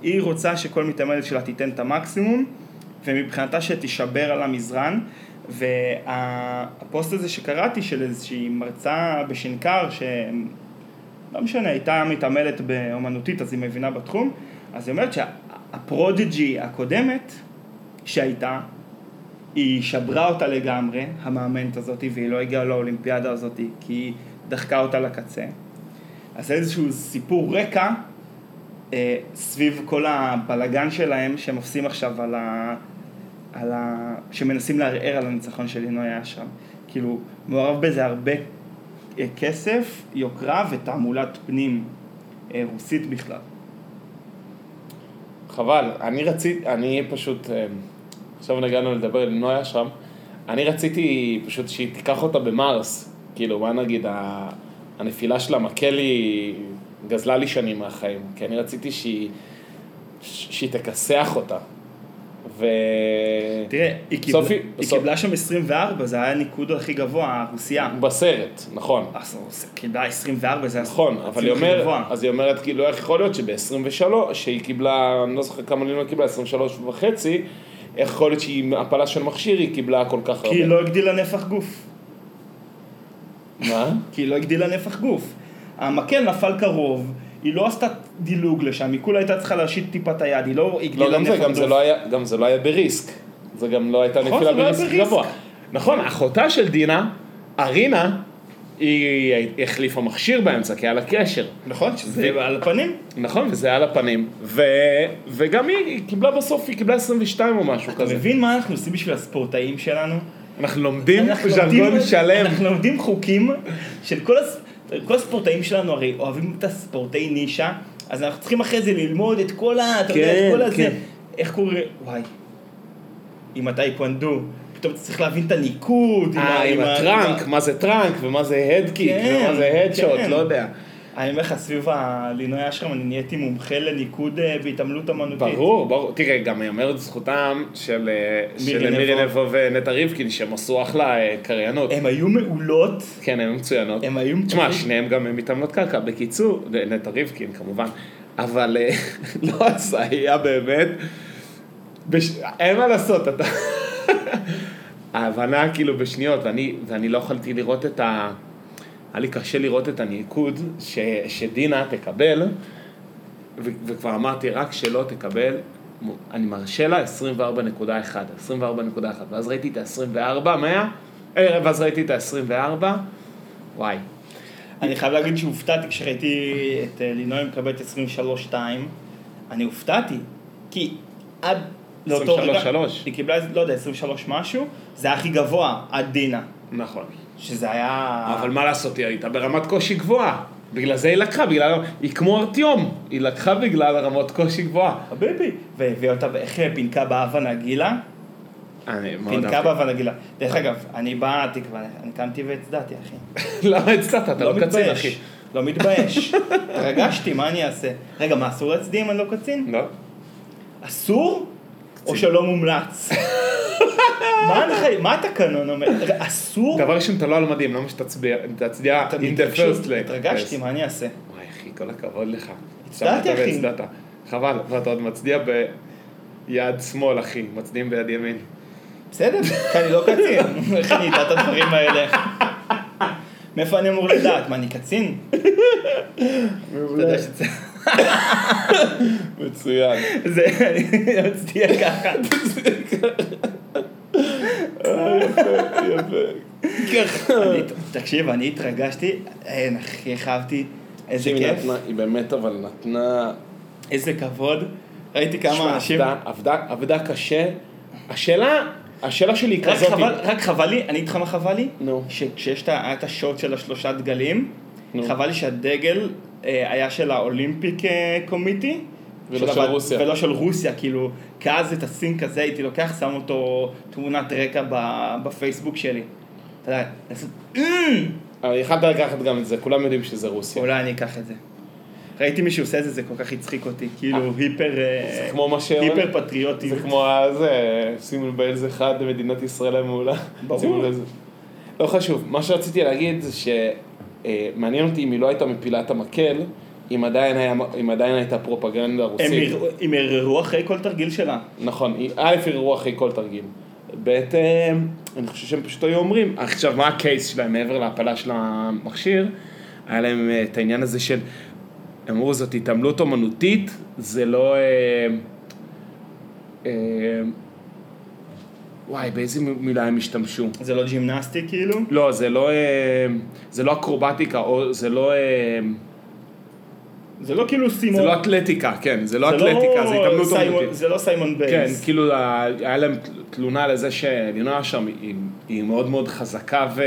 B: היא רוצה שכל מתעמלת שלה תיתן את המקסימום, ומבחינתה שתישבר על המזרן, והפוסט הזה שקראתי של איזושהי מרצה בשנקר, שהם לא משנה, הייתה מתעמלת באומנותית, אז היא מבינה בתחום, אז היא אומרת שהפרודג'י הקודמת שהייתה, היא שברה אותה לגמרי, המאמנת הזאת, והיא לא הגיעה לאולימפיאדה הזאת, כי היא דחקה אותה לקצה. אז זה איזשהו סיפור רקע אה, סביב כל הבלגן שלהם, שהם עושים עכשיו על ה... על ה... שמנסים לערער על הניצחון של לינוי אשרם. כאילו, מעורב בזה הרבה אה, כסף, יוקרה ותעמולת פנים אה, רוסית בכלל.
A: חבל, אני רציתי, אני פשוט, אה, עכשיו נגענו לדבר על נויה שם, אני רציתי פשוט שהיא תיקח אותה במרס, כאילו, מה נגיד, ה- הנפילה של המקל היא גזלה לי שנים מהחיים, כי אני רציתי שהיא, ש- שהיא תכסח אותה. ו...
B: תראה, היא, קיבל,
A: בסוף
B: היא,
A: היא-
B: היא
A: בסוף-
B: קיבלה שם 24, זה היה הניקוד הכי גבוה, הרוסיה.
A: בסרט, נכון.
B: אז היא קיבלה 24, זה היה
A: נכון,
B: הציון
A: אבל היא
B: הכי
A: אומרת,
B: גבוה.
A: אז היא אומרת, כאילו, איך יכול להיות שב-23, שהיא קיבלה, אני לא זוכר כמה לימים היא קיבלה, 23 וחצי,
B: כאילו-
A: איך יכול להיות שהיא עם הפלה של מכשיר, היא קיבלה כל כך הרבה.
B: כי היא לא הגדילה נפח גוף.
A: מה?
B: כי היא לא הגדילה נפח גוף. המקל נפל קרוב, היא לא עשתה דילוג לשם, היא כולה הייתה צריכה להשית טיפה את היד, היא לא הגדילה
A: לא, גם
B: נפח
A: זה,
B: גוף.
A: גם זה לא היה, גם זה לא היה בריסק. זה גם לא הייתה
B: נכון,
A: נפילה
B: זה לא היה
A: בריסק
B: בריסק.
A: גבוה. נכון, אחותה של דינה, ארינה, היא היא החליפה מכשיר באמצע, כי היה לה קשר.
B: נכון, שזה על הפנים.
A: נכון, וזה על הפנים. ו... וגם היא, היא קיבלה בסוף, היא קיבלה 22 או משהו
B: אתה
A: כזה.
B: מבין מה אנחנו עושים בשביל הספורטאים שלנו?
A: אנחנו לומדים
B: אנחנו
A: ז'רגון
B: לומדים-
A: שלם.
B: אנחנו לומדים חוקים של כל, הס... כל הספורטאים שלנו, הרי אוהבים את הספורטאי נישה, אז אנחנו צריכים אחרי זה ללמוד את כל ה... אתה יודע,
A: כן,
B: את כל הזה.
A: כן.
B: איך קורה... וואי. עם הטייקוונדו, פתאום אתה צריך להבין את הניקוד.
A: אה, עם הטראנק, מה זה טראנק, ומה זה הדקיק,
B: כן,
A: ומה זה הדשוט,
B: כן.
A: לא יודע.
B: אני אומר לך, סביב הלינוי אשרם, אני נהייתי מומחה לניקוד אה, בהתעמלות אמנותית.
A: ברור, ברור. תראה, גם ייאמר את זכותם של אה,
B: מירי
A: של מירי
B: נבו.
A: נבו ונטע ריבקין, שהם עשו אחלה אה, קריינות.
B: הם היו מעולות,
A: כן, הן מצוינות.
B: הם היו...
A: תשמע, שניהם גם הם מתאמנות קרקע. בקיצור, נטע ריבקין כמובן, אבל אה, לא עשה, היה באמת, בש- אין מה לעשות, אתה... ההבנה כאילו בשניות, ואני, ואני לא יכולתי לראות את ה... היה לי קשה לראות את הניקוד ש, שדינה תקבל, ו, וכבר אמרתי, רק שלא תקבל, אני מרשה לה 24.1, 24.1, ואז ראיתי את ה-24, 100, אה, ואז ראיתי את ה-24, וואי.
B: אני חייב להגיד שהופתעתי כשראיתי את אה, לינוי מקבלת 23-2, אני הופתעתי, כי עד לאותו רגע,
A: 23-3.
B: היא קיבלה, לא יודע, 23 משהו, זה היה הכי גבוה, עד דינה,
A: נכון.
B: שזה היה...
A: אבל מה לעשות, היא הייתה ברמת קושי גבוהה. בגלל זה היא לקחה, בגלל... היא כמו ארטיום, היא לקחה בגלל הרמות קושי גבוהה.
B: חביבי, והביאה אותה, איך פינקה באב הנגילה?
A: אני מאוד
B: פינקה
A: אהבתי.
B: באב הנגילה. דרך אגב, אני באתי כבר, אני קמתי והצדעתי, אחי.
A: למה הצעת? אתה לא קצין, אחי.
B: מתבייש, לא מתבייש. התרגשתי, מה אני אעשה? רגע, מה, אסור להצדיע אם אני לא קצין?
A: לא.
B: אסור או שלא מומלץ? מה ההנחי- מה התקנון אומר? אסור?
A: דבר ראשון, אתה לא על מדים, למה שתצביע, תצביע
B: אתה
A: in the
B: מתרגש-
A: first כן. leg.
B: התרגשתי, מה אני אעשה?
A: וואי, אחי, כל הכבוד לך.
B: הצדעתי,
A: שמת
B: אחי.
A: והצדעת. חבל, ואתה עוד מצדיע ביד שמאל, אחי. מצדיעים ביד ימין.
B: בסדר, כי אני לא קצין. איך אני אדע את הדברים האלה? מאיפה אני אמור לדעת? מה, אני קצין? אתה יודע שזה...
A: מצוין.
B: זה, אני מצדיע ככה.
A: כן.
B: אני- תקשיב, אני התרגשתי, אין, הכי חייבתי, איזה
A: תקשיב, היא
B: כיף,
A: נתנה- היא באמת אבל נתנה
B: איזה כבוד. ראיתי
A: תשמע,
B: כמה אנשים...
A: עבדה, עבדה, עבדה קשה. השאלה, השאלה שלי היא
B: רק
A: כזאת.
B: חבל, רק חבל לי, אני אגיד לך מה חבל לי?
A: נו.
B: שכשיש את ה- את השוד של השלושה דגלים,
A: נו.
B: חבל לי שהדגל אה, היה של האולימפיק אה, קומיטי.
A: ולא של רוסיה.
B: ולא של רוסיה, כאילו, כי אז את הסינק הזה הייתי לוקח, שם אותו תמונת רקע ב- בפייסבוק שלי. אתה יודע, לעשות, "אמ",
A: אבל יכלת לקחת גם את זה, כולם יודעים שזה רוסיה.
B: אולי אני אקח את זה. ראיתי מישהו עושה את זה, זה כל כך הצחיק אותי, כאילו היפר, אה,
A: זה כמו מה ש...
B: היפר פטריוטי.
A: זה כמו הזה, שימו לבלז אחד למדינת ישראל המעולה.
B: ברור.
A: שימו לב לזה. לא חשוב, מה שרציתי להגיד זה שמעניין אותי אם היא לא הייתה מפילה את המקל, אם עדיין, היה, אם עדיין הייתה פרופגנדה
B: הם
A: רוסית.
B: ערערו- הם ערערו אחרי כל תרגיל שלה.
A: נכון, היא- א' ערערו אחרי כל תרגיל. ב' אה, אני חושב שהם פשוט היו אומרים, עכשיו מה הקייס שלהם מעבר להפלה של המכשיר, היה להם אה, את העניין הזה של, הם אמרו זאת התעמלות אומנותית, זה לא... אה, אה, וואי, באיזה מילה הם השתמשו?
B: זה לא ג'ימנסטי כאילו?
A: לא, זה לא, אה, זה לא אקרובטיקה, או זה לא, אה,
B: זה לא כאילו סימון.
A: זה לא אתלטיקה, כן, זה לא אתלטיקה, זה התעמלות
B: סיימון-
A: אומנותית.
B: זה לא סיימון
A: כן,
B: בייס.
A: כאילו ה- היה להם תל- תלונה לזה שלינוי אשרם היא- היא מאוד מאוד חזקה ו...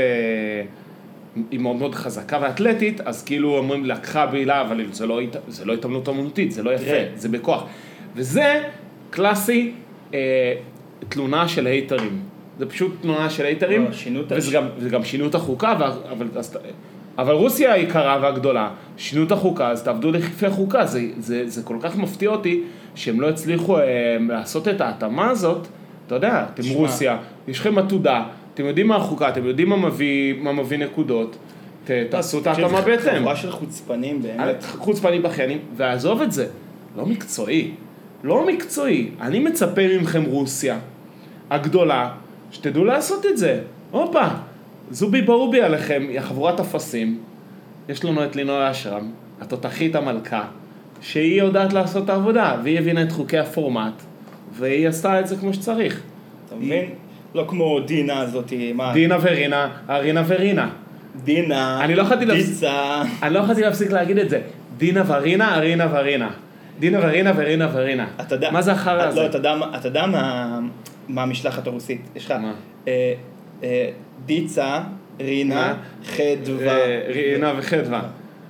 A: היא מאוד מאוד חזקה ואתלטית, אז כאילו אומרים לקחה בעילה, אבל זה לא, הת- זה לא התעמלות אמנותית, זה לא יפה,
B: כן.
A: זה בכוח. וזה קלאסי אה, תלונה של הייטרים. זה פשוט תלונה של הייטרים.
B: לא, שינו את ה-
A: וזה גם, וזה גם שינו את החוקה, וה- אבל, אז, אבל רוסיה היקרה והגדולה, שינו את החוקה, אז תעבדו לפי החוקה. זה, זה, זה כל כך מפתיע אותי שהם לא הצליחו אה, לעשות את ההתאמה הזאת. אתה יודע, אתם
B: תשמע.
A: רוסיה, יש לכם עתודה, אתם יודעים מה החוקה, אתם יודעים מה מביא, מה מביא נקודות, ת, תעשו את ההתאמה בהתאם.
B: כאילו, חבורה של חוצפנים באמת.
A: חוצפנים בכיינים, ועזוב את זה, לא מקצועי. לא מקצועי. אני מצפה ממכם רוסיה הגדולה, שתדעו לעשות את זה. הופה, זובי ברובי עליכם, יא חבורת אפסים. יש לנו את לינוי אשרם, התותחית המלכה, שהיא יודעת לעשות את העבודה, והיא הבינה את חוקי הפורמט, והיא עשתה את זה כמו שצריך.
B: אתה מבין? לא כמו דינה הזאתי, מה?
A: דינה ורינה, ארינה ורינה.
B: דינה,
A: אני לא יכולתי להפס-
B: דיסה.
A: אני לא יכולתי להפסיק להגיד את זה. דינה ורינה, ארינה ורינה. דינה ורינה ורינה ורינה.
B: אתה יודע...
A: מה זה החרא
B: לא,
A: הזה?
B: אתה יודע מה- אתה יודע מה- מה המשלחת הרוסית. יש לך
A: מה?
B: אה, אה, דיצה, רינה,
A: מה?
B: חדווה.
A: אה, רינה וחדווה.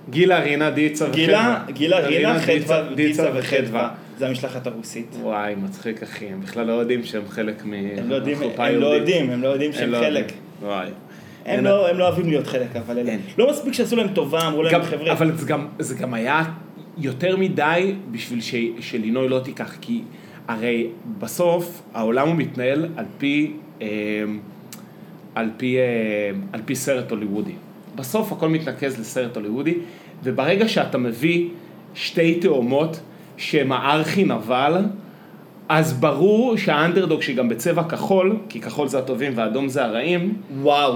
A: גילה, רינה, דיצה וחדווה.
B: גילה, גילה, רינה,
A: דיצה-
B: חדווה, דיצה וחדווה. זה המשלחת הרוסית.
A: וואי, מצחיק אחי, הם בכלל לא יודעים שהם חלק מ...
B: הם לא יודעים,
A: מהחופה
B: הם לא
A: היהודית.
B: יודעים, הם לא יודעים שהם
A: לא
B: חלק.
A: יודעים. וואי.
B: הם לא, הם לא אוהבים להיות חלק, אבל אלה.
A: אין.
B: לא מספיק שעשו להם טובה, אמרו להם,
A: גם-
B: חבר'ה,
A: אבל זה גם- זה גם היה יותר מדי בשביל ש- שלינוי לא תיקח, כי הרי בסוף העולם הוא מתנהל על פי, אה, על פי, אה, על פי סרט הוליוודי. בסוף הכל מתנקז לסרט הוליוודי, וברגע שאתה מביא שתי תאומות שהן הארכי נבל, אז ברור שהאנדרדוג שגם בצבע כחול, כי כחול זה הטובים ואדום זה הרעים,
B: וואו.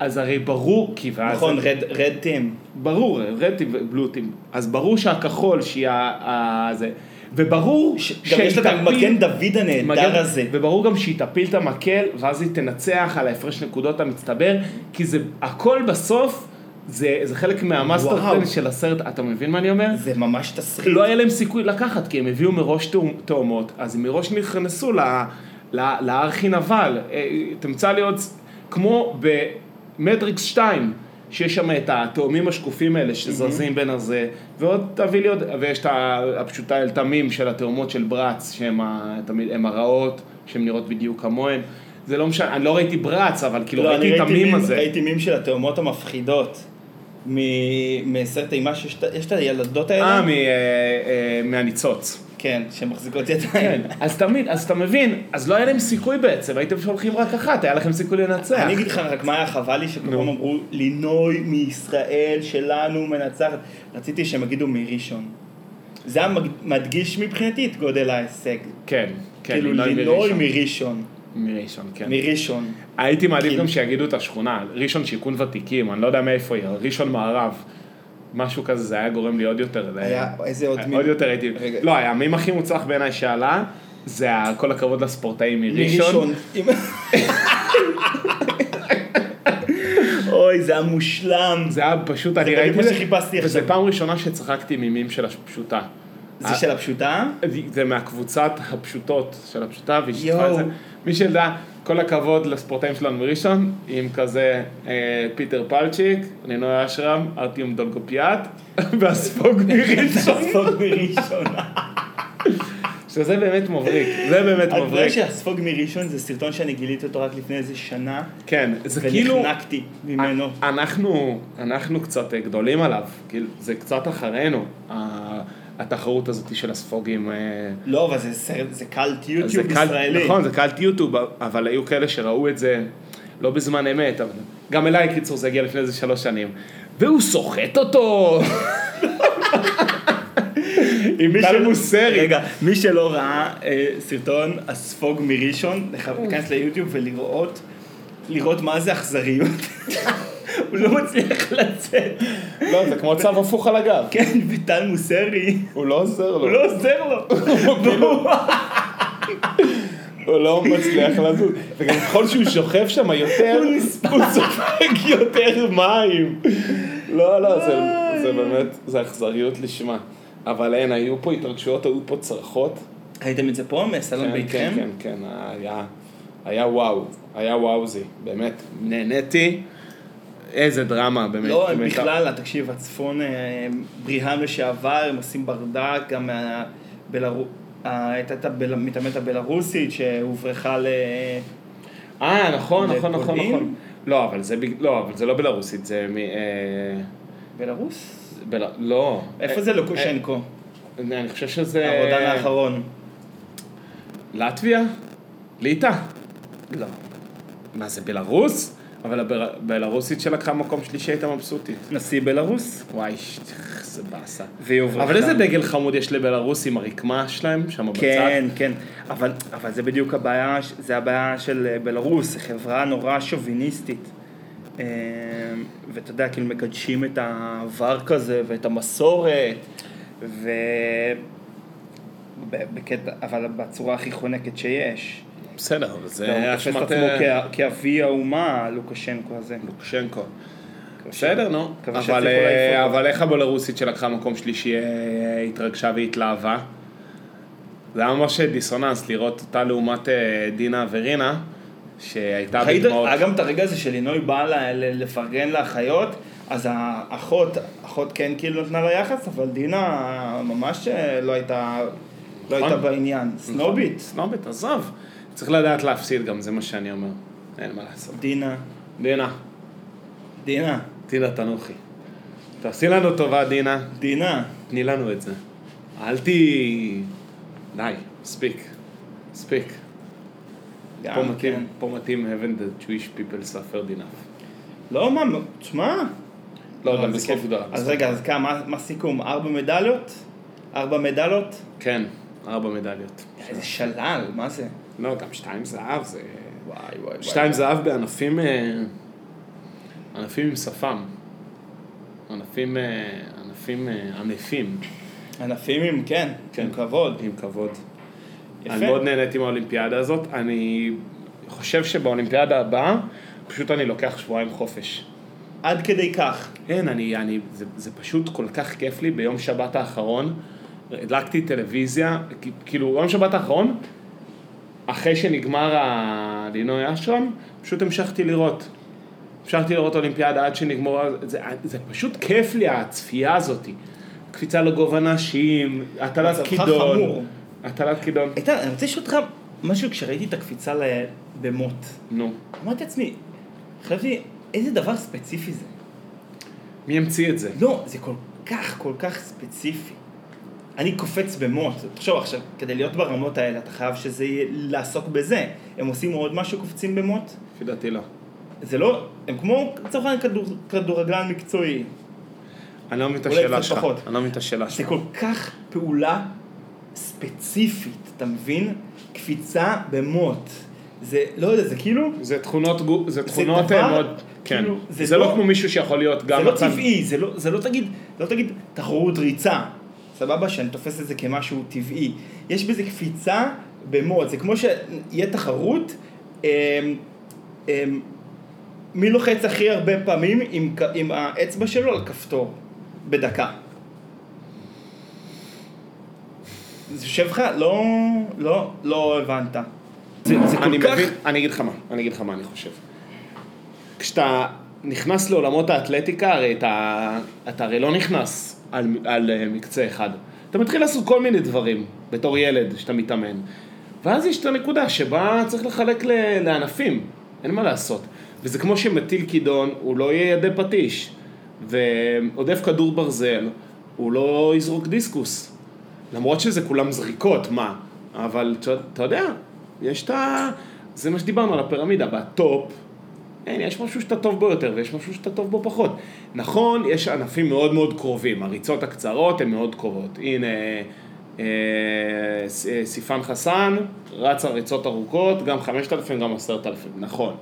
A: אז הרי ברור, כי ואז...
B: נכון, רד- רד טים.
A: ברור, רדטים ובלוטים. אז ברור שהכחול שהיא ה... ה- זה. וברור
B: ש- גם יש לה את המגן דוד הנהדר
A: מגן-
B: הזה.
A: וברור גם שהיא תפיל את המקל, ואז היא תנצח על ההפרש נקודות המצטבר, כי זה הכל בסוף, זה, זה חלק מהמאסטר
B: וואו.
A: פלן של הסרט, אתה מבין מה אני אומר?
B: זה ממש תסריט.
A: לא היה להם סיכוי לקחת, כי הם הביאו מראש תאום- תאומות, אז הם מראש נכנסו ל- ל- לארכי נבל. אה, תמצא לי עוד, ס- כמו במטריקס 2, שיש שם את התאומים השקופים האלה שזזים בין הזה, ועוד תביא לי עוד, ויש את ה- הפשוטה אל תמים של התאומות של ברץ, שהן ה- תמיד- הן הרעות, שהן נראות בדיוק כמוהן. זה לא משנה, אני לא ראיתי ברץ, אבל כאילו
B: לא, אני
A: ראיתי את
B: ראיתי
A: המים
B: מים-
A: הזה.
B: ראיתי מים של התאומות המפחידות. מ- מסרט אימה שיש את- יש את הילדות
A: אה,
B: האלה?
A: מ- אה, אה, מהניצוץ.
B: כן, שמחזיקות
A: כן,
B: ידיים.
A: אז תמיד, אז אתה מבין, אז לא היה להם סיכוי בעצם, הייתם שולחים רק אחת, היה לכם סיכוי לנצח.
B: אני אגיד לך רק מה היה חבל לי, שכל פעם אמרו לינוי מישראל שלנו מנצחת. רציתי שהם יגידו מראשון. זה היה מג- מדגיש מבחינתי את גודל ההישג.
A: כן, כן,
B: כאילו לינוי מראשון.
A: מראשון, כן.
B: מראשון.
A: הייתי מעדיף
B: כאילו-
A: גם שיגידו את השכונה, ראשון שיכון ותיקים, אני לא יודע מאיפה היא, ראשון מערב, משהו כזה, זה היה גורם לי עוד יותר, ל-
B: היה איזה עוד מין.
A: אה, עוד יותר הייתי,
B: רגע.
A: לא, היה המים הכי מוצלח בעיניי שעלה, זה ה- כל הכבוד לספורטאים מראשון.
B: מראשון. אוי, זה היה מושלם.
A: זה היה פשוט, אני
B: בדיוק
A: ראיתי
B: מה
A: את זה,
B: שחיפשתי
A: וזה
B: עכשיו.
A: פעם ראשונה שצחקתי מימים של אה, הפשוטה.
B: זה של הפשוטה?
A: זה מהקבוצת הפשוטות של הפשוטה, והיא שיתפה
B: יואו.
A: את זה. מי שידע, כל הכבוד לספורטאים שלנו מראשון, עם כזה אה, פיטר פלצ'יק, נינוי אשרם, ארטיום דולגופיאט, והספוג מראשון,
B: הספוג מראשון.
A: שזה באמת מבריק, זה באמת
B: אתה יודע
A: מבריק.
B: שהספוג מראשון זה סרטון שאני גיליתי אותו רק לפני איזה שנה,
A: כן, זה כאילו,
B: ונחנקתי ממנו.
A: אנחנו, אנחנו קצת אה, גדולים עליו, כאילו, זה קצת אחרינו, ה- התחרות הזאת של הספוגים. אה,
B: לא, אבל זה סרט, זה קלט
A: אז
B: יוטיוב
A: זה קל-
B: ישראלי.
A: נכון, זה קלט יוטיוב, אבל היו כאלה שראו את זה לא בזמן אמת, אבל גם אליי, קיצור, זה הגיע לפני איזה שלוש שנים. והוא סוחט אותו! עם
B: מי
A: טל
B: שלא-
A: מוסרי.
B: רגע, מי שלא ראה אה, סרטון הספוג מראשון, אתה חייב להיכנס ליוטיוב ולראות, לראות מה זה אכזריות. הוא לא מצליח לצאת.
A: לא, זה כמו צו הפוך על הגב.
B: כן, וטל מוסרי,
A: הוא לא עוזר
B: הוא
A: לו.
B: לא עוזר לו. והוא-
A: הוא לא מצליח לזוז. וגם ככל שהוא שוכב שם יותר, הוא סופג יותר מים. לא, לא, זה, זה באמת, זה אכזריות לשמה. אבל אין, היו פה התרגשויות, היו פה צרחות.
B: ראיתם את זה פה, מסלון
A: כן, כן,
B: ביתכם?
A: כן, כן, היה, היה וואו, היה וואוזי, באמת, נהניתי. איזה דרמה, באמת.
B: לא, הם
A: באמת.
B: בכלל, תקשיב, הצפון, אה, בריהם לשעבר, הם עושים ברדק, גם ה- בלרו- ה- הייתה את המתאמנת הבלרוסית שהוברחה ל...
A: אה, נכון, נכון, נכון,
B: לפולין?
A: נכון. לא, אבל זה, בג- לא, אבל זה לא בלרוסית, זה מ... אה,
B: בלרוס?
A: בל... לא.
B: איפה זה לוקושנקו?
A: אה, אני חושב שזה...
B: הרודן האחרון.
A: לטביה? ליטא?
B: לא.
A: מה זה, בלרוס? אבל הבלרוסית שלקחה מקום שלישי הייתה מבסוטית.
B: נשיא בלרוס?
A: וואי, ש- זה באסה.
B: והיא הוברחה.
A: אבל איזה דגל חמוד יש לבלרוס עם הרקמה שלהם שם בצד?
B: כן, כן, אבל, אבל זה בדיוק הבעיה, ש- זה הבעיה של אה, בלרוס, חברה נורא שוביניסטית. אה, ואתה יודע, כאילו מקדשים את העבר כזה, ואת המסורת, ו... ב- בקטע, אבל בצורה הכי חונקת שיש.
A: בסדר, אבל
B: הוא
A: זה
B: תופס את
A: אשמת... אה,
B: עצמו כ- כאבי האומה, לוקשנקו הזה.
A: לוקשנקו. בסדר, נו.
B: מקווה
A: אבל,
B: שיצליחו
A: אה,
B: להעיף אותו.
A: אבל איך הבלרוסית שלקחה מקום שלישי אה, התרגשה והתלהבה? זה היה ממש דיסוננס לראות אותה לעומת אה, דינה ורינה, שהייתה
B: ראית-
A: בדמעות.
B: היה גם את הרגע הזה שלינוי באה ל- ל- לפרגן לאחיות, אז האחות, אחות כן כאילו נתנה לה יחס, אבל דינה ממש אה, לא הייתה, לא
A: נכון.
B: הייתה בעניין. סנובית.
A: סנובית, עזוב. צריך לדעת להפסיד גם, זה מה שאני אומר. אין מה לעשות.
B: דינה.
A: דינה,
B: דינה.
A: דינה תנוחי. תעשי לנו טובה, דינה.
B: דינה.
A: תני לנו את זה. אל תהיי... די, מספיק. מספיק. פה
B: גם כן.
A: מתאים, פה מתאים, haven't the Jewish people suffered enough.
B: לא, מה, תשמע.
A: לא,
B: אבל
A: אבל
B: זה
A: בסוף
B: כיף.
A: גדולה.
B: אז רגע, אז כמה, מה סיכום? ארבע מדליות? ארבע מדליות?
A: כן, ארבע מדליות.
B: איזה שלל, מה זה?
A: לא, גם שתיים זהב זה...
B: וואי וואי וואי.
A: שתיים זהב בענפים... אה, ענפים עם שפם. ענפים... אה, ענפים אה, ענפים,
B: ענפים עם, כן,
A: כן.
B: עם כבוד.
A: עם כבוד.
B: יפה.
A: אני מאוד נהניתי מהאולימפיאדה הזאת. אני חושב שבאולימפיאדה הבאה, פשוט אני לוקח שבועיים חופש.
B: עד כדי כך.
A: אין, אני, אני, זה, זה פשוט כל כך כיף לי, ביום שבת האחרון הדלקתי טלוויזיה, כ- כאילו יום שבת האחרון, אחרי שנגמר הלינוי אשרם, פשוט המשכתי לראות. המשכתי לראות אולימפיאדה עד שנגמור, זה, זה פשוט כיף לי הצפייה הזאת. קפיצה לגובה נשים, הטלת
B: מצבך
A: כידון,
B: חמור.
A: הטלת כידון,
B: איתן, אני רוצה לשאול אותך משהו כשראיתי את הקפיצה ל- במוט.
A: נו,
B: אמרתי לעצמי, חשבתי, איזה דבר ספציפי זה.
A: מי המציא את זה?
B: לא, זה כל כך, כל כך ספציפי. אני קופץ במוט. תחשוב עכשיו, כדי להיות ברמות האלה, אתה חייב שזה יהיה, לעסוק בזה. הם עושים עוד משהו, קופצים במוט?
A: לפי דעתי לא.
B: זה לא, הם כמו, לצורך העניין, כדור, כדורגלן מקצועי.
A: אני לא מבין את
B: אולי
A: השאלה
B: קצת
A: שלך,
B: פחות.
A: אני לא מבין את השאלה
B: זה
A: שלך.
B: כל כך פעולה ספציפית, אתה מבין? קפיצה במוט. זה, לא יודע, זה כאילו,
A: זה תכונות, גו- זה תכונות
B: דבר,
A: אה, מאוד, כן,
B: כאילו, זה
A: זה לא
B: לא-
A: כמו מישהו שיכול להיות גם,
B: זה לא
A: מצב-
B: טבעי, זה לא, זה לא תגיד, לא תגיד תחרות ריצה. סבבה שאני תופס את זה כמשהו טבעי. יש בזה קפיצה במוט, זה כמו שיהיה תחרות, אמ, אמ, מי לוחץ הכי הרבה פעמים עם, כ- עם האצבע שלו על כפתור בדקה. זה יושב לך, לא, לא, לא הבנת. זה, זה כל
A: אני
B: כך...
A: מבין, אני אגיד לך מה, אני אגיד לך מה אני חושב. כשאתה נכנס לעולמות האתלטיקה, הרי אתה, אתה הרי לא נכנס על, על אה, מקצה אחד. אתה מתחיל לעשות כל מיני דברים בתור ילד שאתה מתאמן. ואז יש את הנקודה שבה צריך לחלק ל- לענפים, אין מה לעשות. וזה כמו שמטיל כידון, הוא לא יהיה ידי פטיש. ועודף כדור ברזל, הוא לא יזרוק דיסקוס. למרות שזה כולם זריקות, מה? אבל אתה- אתה יודע, יש את ה... זה מה שדיברנו על הפירמידה, בטופ, אין, כן, יש משהו שאתה טוב בו יותר ויש משהו שאתה טוב בו פחות. נכון, יש ענפים מאוד מאוד קרובים, הריצות הקצרות הן מאוד קרובות. הנה, אה, ס- אה, סיפן חסן, רץ על ריצות ארוכות, גם 5,000, גם 10,000, נכון.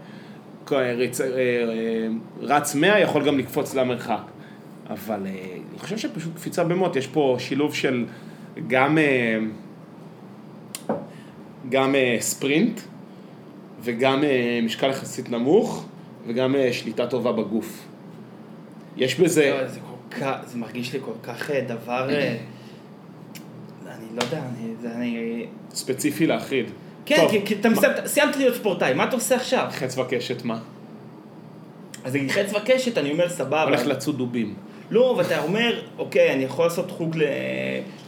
A: כ- ריצ- אה, אה, רץ 100 יכול גם לקפוץ למרחק. אבל אה, אני חושב שפשוט קפיצה במוט, יש פה שילוב של גם, אה, גם אה, ספרינט וגם אה, משקל יחסית נמוך וגם אה, שליטה טובה בגוף. יש בזה,
B: לא, זה כל כך, זה מרגיש לי כל כך אה, דבר, אה, אני לא יודע, אני, זה אני...
A: ספציפי להחריד.
B: כן,
A: טוב,
B: כי- כי אתה
A: מה-
B: מסיים- סיימת להיות ספורטאי, מה אתה עושה עכשיו?
A: חץ וקשת, מה?
B: אז אני חץ וקשת, אני אומר סבבה.
A: הולך לצוד דובים.
B: לא, ואתה אומר, אוקיי, אני יכול לעשות חוג ל...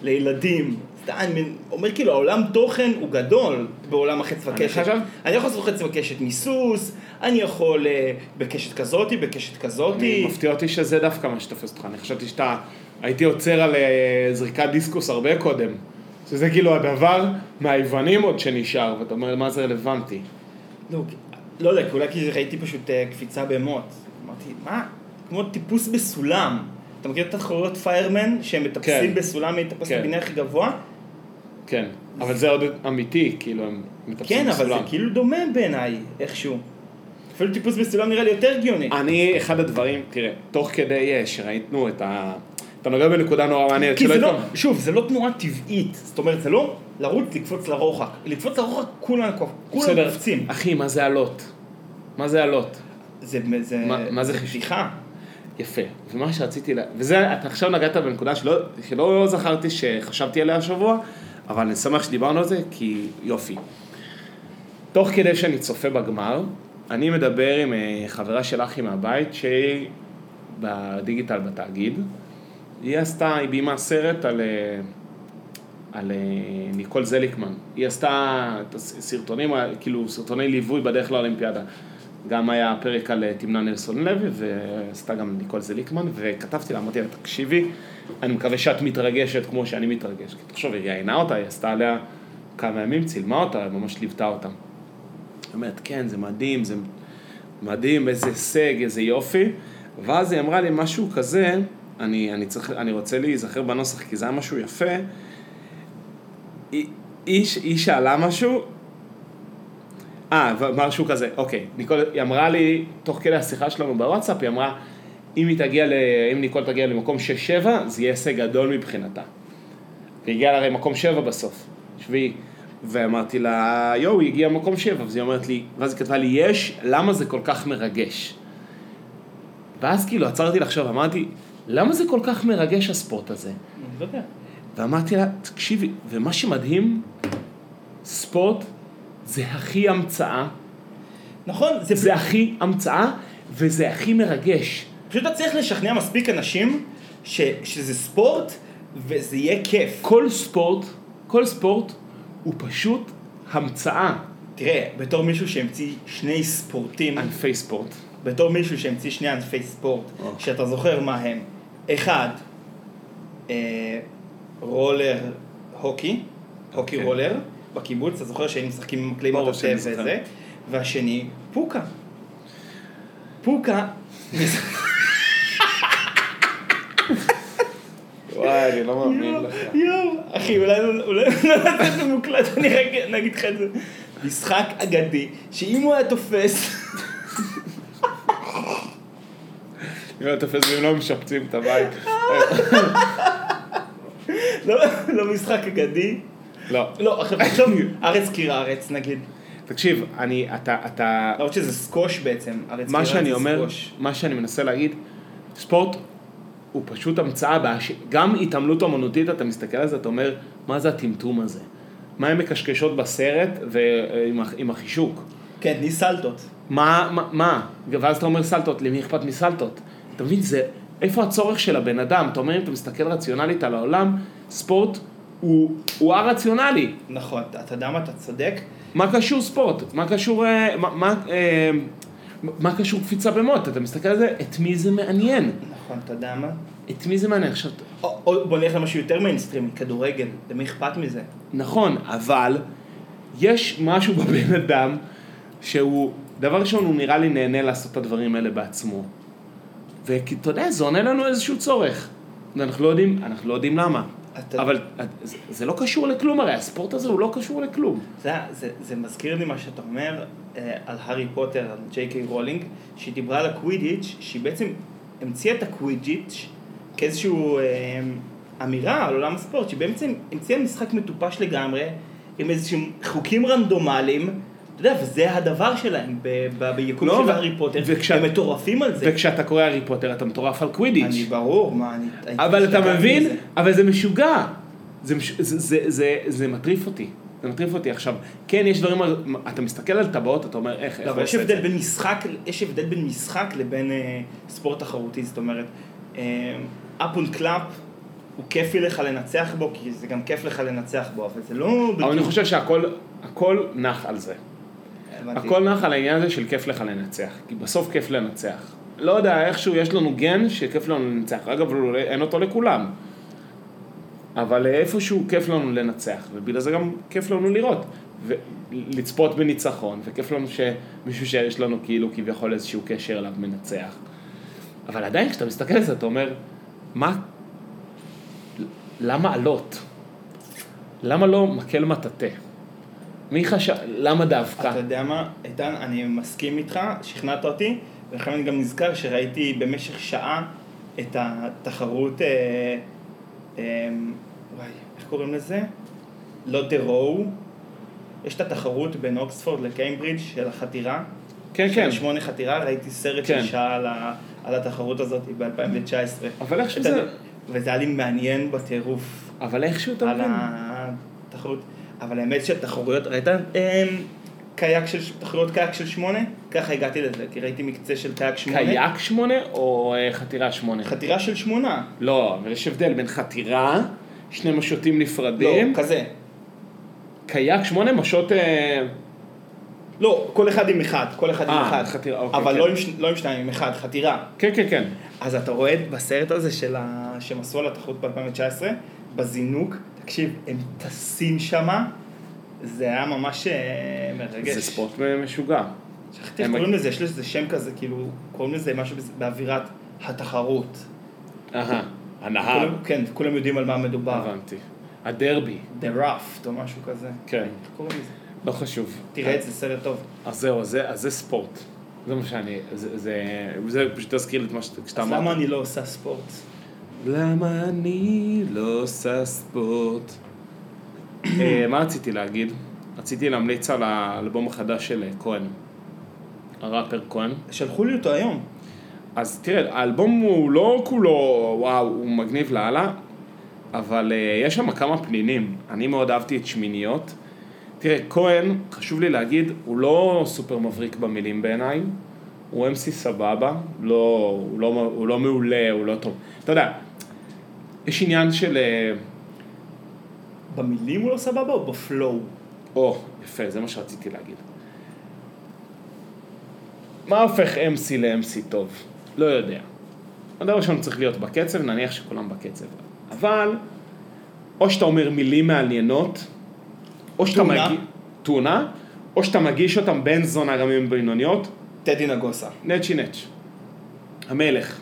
B: לילדים. אתה- אני מין- אומר כאילו, העולם תוכן הוא גדול בעולם החץ
A: אני
B: וקשת.
A: חשב-
B: אני יכול לעשות חץ וקשת מסוס, אני יכול אה, בקשת כזאתי, בקשת
A: אני
B: כזאתי.
A: מפתיע אותי שזה דווקא מה שתופס אותך, אני חשבתי שאתה... הייתי עוצר על אה, זריקת דיסקוס הרבה קודם. שזה כאילו הדבר מהיוונים עוד שנשאר, ואתה אומר, מה זה רלוונטי?
B: לא, לא יודע, כי אולי כי ראיתי פשוט אה, קפיצה במוט. אמרתי, מה? כמו טיפוס בסולם. אתה מכיר את התחרויות פיירמן, שהם מטפסים
A: כן.
B: בסולם, מי יטפס
A: כן.
B: לבינה הכי גבוה?
A: כן, אבל זה עוד אמיתי, כאילו, הם מטפסים
B: כן, אבל
A: בסולם.
B: זה כאילו דומה בעיניי, איכשהו. אפילו טיפוס בסולם נראה לי יותר הגיוני.
A: אני, אחד הדברים, תראה, תוך כדי אה, שראיתנו את ה... אתה נוגע בנקודה נורא מעניינת,
B: כי
A: שלא
B: זה לא,
A: התכוונ-
B: שוב, זה לא תנועה טבעית, זאת אומרת, זה לא לרוץ, לקפוץ לרוחק. לקפוץ לרוחק כולם קופ- כולם
A: בסדר. אה,
B: קופצים.
A: אחי, מה זה הלוט? מה זה הלוט?
B: זה זה-
A: מה- מה זה חישוב?
B: בדיחה.
A: יפה. ומה שרציתי, לה... וזה, אתה עכשיו נגעת בנקודה שלא, שלא זכרתי שחשבתי עליה השבוע, אבל אני שמח שדיברנו על זה, כי יופי. תוך כדי שאני צופה בגמר, אני מדבר עם אה, חברה של אחי מהבית, שהיא בדיגיטל בתאגיד. היא עשתה, היא ביימה סרט על, אה, על אה, ניקול זליקמן. היא עשתה את הס- סרטונים, אה, כאילו סרטוני ליווי בדרך לאולימפיאדה. גם היה פרק על אה, תמנה נלסון לוי, ועשתה גם ניקול זליקמן, וכתבתי לה, אמרתי לה, תקשיבי, אני מקווה שאת מתרגשת כמו שאני מתרגש. כי תחשוב, היא ראיינה אותה, היא עשתה עליה כמה ימים, צילמה אותה, ממש ליוותה אותה. היא אומרת, כן, זה מדהים, זה מדהים, איזה הישג, איזה יופי. ואז היא אמרה לי משהו כזה, אני, אני, צריך, אני רוצה להיזכר בנוסח, כי זה היה משהו יפה. היא, היא, ש- היא שאלה משהו, אה, ו- משהו כזה, אוקיי. ניקול, היא אמרה לי, תוך כדי השיחה שלנו בוואטסאפ, היא אמרה, אם היא תגיע, ל, אם ניקול תגיע למקום 6-7, זה יהיה הישג גדול מבחינתה. והיא הגיעה הרי מקום שבע בסוף, שביעי. ואמרתי לה, יואו, היא הגיעה מקום שבע, אז היא אומרת לי, ואז היא כתבה לי, יש, למה זה כל כך מרגש? ואז כאילו עצרתי לחשוב, אמרתי, למה זה כל כך מרגש הספורט הזה?
B: אני לא יודע.
A: ואמרתי לה, תקשיבי, ומה שמדהים, ספורט זה הכי המצאה,
B: נכון, זה
A: זה הכי המצאה, וזה הכי מרגש.
B: פשוט אתה צריך לשכנע מספיק אנשים ש, שזה ספורט וזה יהיה כיף.
A: כל ספורט, כל ספורט הוא פשוט המצאה,
B: תראה, בתור מישהו שהמציא שני ספורטים,
A: ענפי ספורט.
B: בתור מישהו שהמציא שני ענפי ספורט,
A: אה.
B: שאתה זוכר מה הם, אחד, אה, רולר הוקי, הוקי
A: אוקיי.
B: רולר, בקיבוץ, אתה זוכר שהיינו משחקים עם מקלים
A: ברור
B: אותו
A: שאני זוכר.
B: וזה, והשני, פוקה. פוקה,
A: וואי, אני לא
B: יואו, יואו, אחי, אולי אולי לא לתת לו מוקלט, אני רק נגיד לך את זה. משחק אגדי, שאם הוא היה תופס,
A: אם לא תופס ואם לא משפצים את הבית.
B: לא לא משחק אגדי,
A: לא.
B: לא, עכשיו תחשוב, ארץ קיר הארץ נגיד,
A: תקשיב, אני, אתה, אתה,
B: למרות שזה סקוש בעצם, ארץ קיר
A: מה
B: הארץ
A: שאני
B: זה
A: אומר,
B: סקוש.
A: מה שאני מנסה להגיד, ספורט הוא פשוט המצאה, באש... גם התעמלות אומנותית, אתה מסתכל על זה, אתה אומר, מה זה הטמטום הזה? מה הן מקשקשות בסרט ועם הח- עם החישוק?
B: כן, תני סלטות.
A: מה, מה, מה? ואז אתה אומר סלטות, למי אכפת מסלטות? אתה מבין, זה, איפה הצורך של הבן אדם? אתה אומר, אם אתה מסתכל רציונלית על העולם, ספורט הוא, הוא הרציונלי.
B: נכון, אתה אתה יודע מה, אתה צודק.
A: מה קשור ספורט? מה קשור... אה, מה, מה, אה, מה קשור קפיצה במוט? אתה מסתכל על זה, את מי זה מעניין?
B: נכון, אתה יודע מה.
A: את מי זה מעניין? עכשיו,
B: או- או- בוא נלך למשהו יותר מיינסטרימי, כדורגל, למי אכפת מזה?
A: נכון, אבל יש משהו בבן אדם שהוא, דבר ראשון, הוא נראה לי נהנה לעשות את הדברים האלה בעצמו. וכי, אתה יודע, זה עונה לנו איזשהו צורך. ואנחנו לא יודעים, אנחנו לא יודעים למה.
B: אתה-
A: אבל אה, זה- זה לא קשור לכלום הרי, הספורט הזה הוא לא קשור לכלום.
B: זה, זה, זה מזכיר לי מה שאתה אומר אה, על הארי פוטר, על ג'יי קיי רולינג, שהיא דיברה על הקווידיץ', שהיא בעצם המציאה את הקווידיץ' כאיזשהו אה, אמירה על עולם הספורט, שהיא בעצם המציאה משחק מטופש לגמרי, עם איזשהם חוקים רנדומליים, אתה יודע, וזה הדבר שלהם ב- ב- ביקום
A: לא,
B: של
A: ו-
B: הארי פוטר,
A: וכש-
B: הם מטורפים על זה.
A: וכשאתה קורא הארי פוטר אתה מטורף על קווידיץ'.
B: אני ברור, מה, אני... הייתי
A: אבל אתה
B: השתגעתי
A: מבין?
B: מזה.
A: אבל זה משוגע. זה, מש... זה, זה, זה, זה מטריף אותי. זה מטריף אותי. עכשיו, כן, יש דברים, על- אתה מסתכל על טבעות, אתה אומר, איך, איך
B: לא,
A: הוא
B: אבל יש
A: עושה את זה?
B: הבדל בין משחק, יש הבדל בין משחק לבין אה, ספורט תחרותי, זאת אומרת, אה, אפ און קלאפ, הוא כיפי לך לנצח בו, כי זה גם כיף לך לנצח בו, אבל זה לא...
A: אבל אני
B: בדיוק-
A: חושב שהכל הכל נח על זה.
B: הבנתי.
A: הכל נח על העניין הזה של כיף לך לנצח. כי בסוף כיף לנצח. לא יודע, איכשהו יש לנו גן שכיף לנו לנצח. אגב, לא- אין אותו לכולם. אבל איפשהו כיף לנו לנצח, ובגלל זה גם כיף לנו לראות, ולצפות בניצחון, וכיף לנו שמישהו שיש לנו כאילו כביכול איזשהו קשר אליו מנצח. אבל עדיין כשאתה מסתכל על זה אתה אומר, מה, למה עלות? למה לא מקל מטאטא? מי חשב, למה דווקא?
B: אתה יודע מה, איתן, אני מסכים איתך, שכנעת אותי, ולכן אני גם נזכר שראיתי במשך שעה את התחרות, אה, אה, וואי, איך קוראים לזה? לא תראו. יש את התחרות בין אוקספורד לקיימברידג' של החתירה.
A: כן,
B: של
A: כן.
B: שמונה חתירה, ראיתי סרט
A: כן.
B: של שעה על, ה, על התחרות הזאת ב-2019.
A: אבל איך שזה-
B: וזה היה לי מעניין בטירוף.
A: אבל איכשהו אתה
B: על
A: מבין.
B: התחרות. אבל האמת שהתחרויות, ראית אמ, קייק של, תחרויות קייק של שמונה? ככה הגעתי לזה, כי ראיתי מקצה של קייק שמונה.
A: קייק שמונה או אה, חתירה שמונה?
B: חתירה של שמונה.
A: לא, אבל יש הבדל בין חתירה, שני משוטים
B: לא,
A: נפרדים,
B: כזה.
A: קייק שמונה משות... אה,
B: לא, כל אחד עם אחד, כל אחד עם
A: אה,
B: אחד.
A: חתירה, אוקיי,
B: אבל
A: כן.
B: לא עם ש- לא עם שניים, עם אחד, חתירה.
A: כן, כן, כן.
B: אז אתה רואה את- בסרט הזה של ה... שהם עשו על התחרות ב-2019, בזינוק, תקשיב, הם טסים שמה, זה היה ממש אה, מרגש.
A: זה ספורט אה, משוגע.
B: שכחתי איך
A: הם-
B: קוראים לזה, יש לזה שם כזה, כאילו, קוראים לזה משהו בז- באווירת התחרות.
A: אהה, הנהר.
B: כולם- כן, כולם יודעים על מה מדובר.
A: אה. הבנתי. הדרבי,
B: The Raft או משהו כזה.
A: כן.
B: איך קוראים לזה?
A: לא חשוב.
B: תראה את זה, סרט טוב.
A: אז זהו, אז זה, אז זה ספורט. זה מה שאני, זה, זה, זה פשוט תזכיר לי את מה שאתה
B: אז למה אני לא עושה ספורט?
A: למה אני לא עושה ספורט? אה, מה רציתי להגיד? רציתי להמליץ על האלבום החדש של אה, כהן, הראפר כהן.
B: שלחו לי אותו היום.
A: אז תראה, האלבום הוא לא כולו, וואו, הוא מגניב לאללה, אבל uh, יש שם כמה פנינים. אני מאוד אהבתי את שמיניות. תראה, כהן, חשוב לי להגיד, הוא לא סופר מבריק במילים בעיניי, הוא MC סבבה, לא, הוא, לא, הוא לא מעולה, הוא לא טוב. אתה יודע, יש עניין של... אה,
B: במילים הוא לא סבבה או בפלואו?
A: או, יפה, זה מה שרציתי להגיד. מה הופך MC ל-MC טוב? לא יודע. הדבר ראשון צריך להיות בקצב, נניח שכולם בקצב. אבל, או שאתה אומר מילים מעניינות, או שאתה
B: תאונה.
A: מגיש... תאונה. או שאתה מגיש אותם בן זונה גם עם בינוניות,
B: טדי נגוסה.
A: נצ'י נצ' המלך.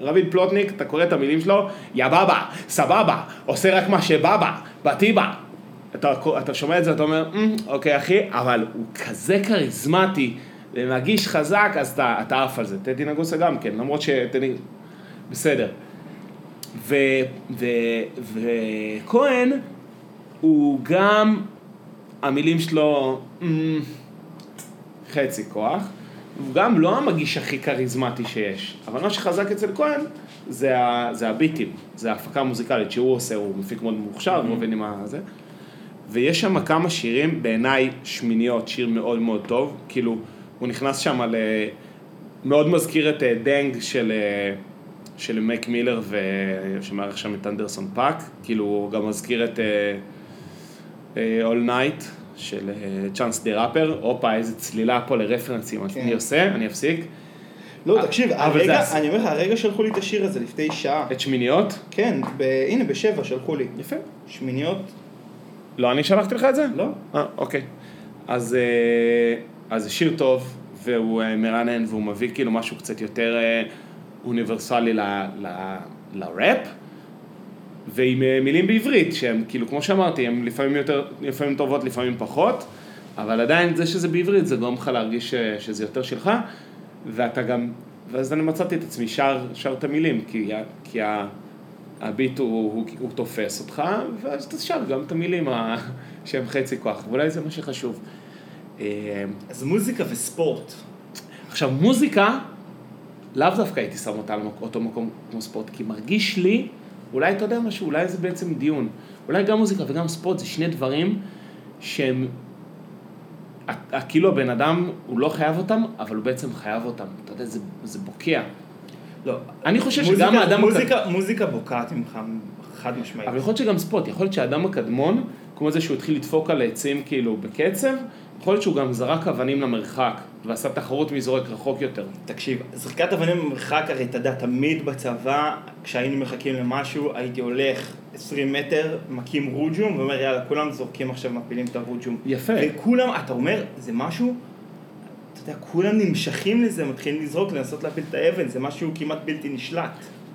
A: רביד פלוטניק, אתה קורא את המילים שלו, יא בבא, סבבה, עושה רק מה שבבא, בטיבה. אתה, אתה שומע את זה, אתה אומר, "אמ, אוקיי אחי, אבל הוא כזה כריזמטי ומגיש חזק, אז אתה, אתה עף על זה. טדי נגוסה גם כן, למרות שטדי... בסדר. וכהן, הוא גם, המילים שלו, "אמ, חצי כוח, הוא גם לא המגיש הכי כריזמטי שיש, אבל מה שחזק אצל כהן זה, ה, זה הביטים, זה ההפקה המוזיקלית שהוא עושה, הוא מפיק מאוד מוכשר, הוא עובד עם הזה. ויש שם כמה שירים, בעיניי שמיניות, שיר מאוד מאוד טוב, כאילו, הוא נכנס שם ל... מאוד מזכיר את אה, דנג של, אה, של מק מילר ו... שמארח שם את אנדרסון פאק, כאילו, הוא גם מזכיר את... אה, אה, All Night של אה, צ'אנס דה ראפר, הופה איזה צלילה פה לרפרנסים,
B: כן.
A: אני עושה, אני אפסיק,
B: לא,
A: אה,
B: תקשיב,
A: אבל
B: הרגע,
A: זה הס-
B: אני אומר לך, הרגע שלחו לי את השיר הזה לפני שעה.
A: את שמיניות,
B: כן, ב- הנה, בשבע שלחו לי.
A: יפה,
B: שמיניות?
A: לא אני שלחתי לך את זה?
B: לא.
A: אה, אוקיי, אז, אה, אז זה שיר טוב, והוא אה, מרענן והוא מביא כאילו משהו קצת יותר אה, אוניברסלי ל, ל, לראפ, ועם אה, מילים בעברית, שהן כאילו, כמו שאמרתי, הן לפעמים יותר, לפעמים טובות, לפעמים פחות, אבל עדיין זה שזה בעברית, זה גורם לך להרגיש ש, שזה יותר שלך, ואתה גם, ואז אני מצאתי את עצמי שר, שר את המילים, כי, ה- כי ה, הביט הוא, הוא, הוא תופס אותך, ואז אתה שר גם את המילים ה, שהם חצי כוח, ואולי זה מה שחשוב. אה,
B: אז מוזיקה וספורט.
A: עכשיו, מוזיקה, לאו דווקא הייתי שם אותה על מק- אותו מקום כמו ספורט, כי מרגיש לי, אולי אתה יודע משהו, אולי זה בעצם דיון. אולי גם מוזיקה וגם ספורט זה שני דברים שהם... ה- ה- כאילו הבן אדם, הוא לא חייב אותם, אבל הוא בעצם חייב אותם. אתה יודע, זה, זה בוקע.
B: לא.
A: אני חושב
B: מוזיקה-
A: שגם האדם...
B: מוזיקה, מוזיקה בוקעת ממך חד משמעית.
A: אבל יכול להיות שגם ספוט, יכול להיות שהאדם הקדמון, כמו זה שהוא התחיל לדפוק על עצים כאילו בקצב, יכול להיות שהוא גם זרק אבנים למרחק, ועשה תחרות מי זורק רחוק יותר.
B: תקשיב, זריקת אבנים במרחק, הרי אתה יודע, תמיד בצבא, כשהיינו מחכים למשהו, הייתי הולך 20 מטר, מקים רוג'ום, ואומר, יאללה, כולם זורקים עכשיו, מפילים את הרוג'ום.
A: יפה.
B: וכולם, אתה אומר, זה משהו, אתה יודע, כולם נמשכים לזה, מתחילים לזרוק, לנסות להפיל את האבן, זה משהו כמעט בלתי נשלט.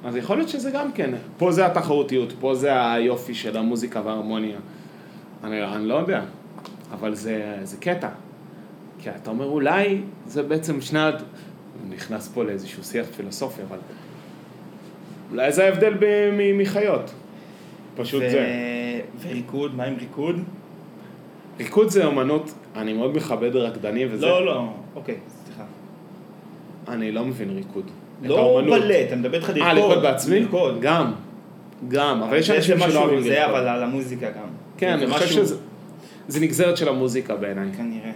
A: אז יכול להיות שזה גם כן. פה זה התחרותיות, פה זה היופי של המוזיקה וההרמוניה. אני, אני לא יודע. אבל זה, זה קטע. כי אתה אומר, אולי זה בעצם שני... הד- הוא נכנס פה לאיזשהו שיח פילוסופי, אבל... אולי זה ההבדל ב... מ... מחיות. פשוט
B: ו-
A: זה.
B: וריקוד, מה עם ריקוד?
A: ריקוד זה אומנות, אני מאוד מכבד רקדנים וזה.
B: לא, לא, אוקיי, סליחה.
A: אני לא מבין ריקוד. את
B: לא
A: האומנות.
B: בלט, אני מדבר איתך לרקוד.
A: אה, לרקוד בעצמי?
B: לרקוד.
A: גם. גם, אבל יש
B: זה
A: אנשים
B: משהו
A: שלא אוהבים
B: זה,
A: לרקוד.
B: אבל על המוזיקה גם.
A: כן,
B: זה
A: אני חושב
B: משהו-
A: שזה... זה נגזרת של המוזיקה בעיניי.
B: כנראה.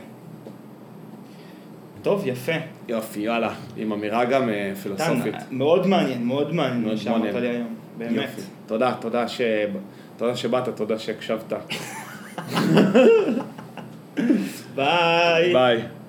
B: טוב, יפה.
A: יופי, יאללה. עם אמירה גם אה, פילוסופית.
B: טן, מאוד מעניין, מאוד מעניין מה
A: מאוד
B: שאמרת
A: מעניין.
B: לי היום, באמת.
A: יופי. תודה, תודה ש... תודה שבאת, תודה שהקשבת.
B: ביי.
A: ביי.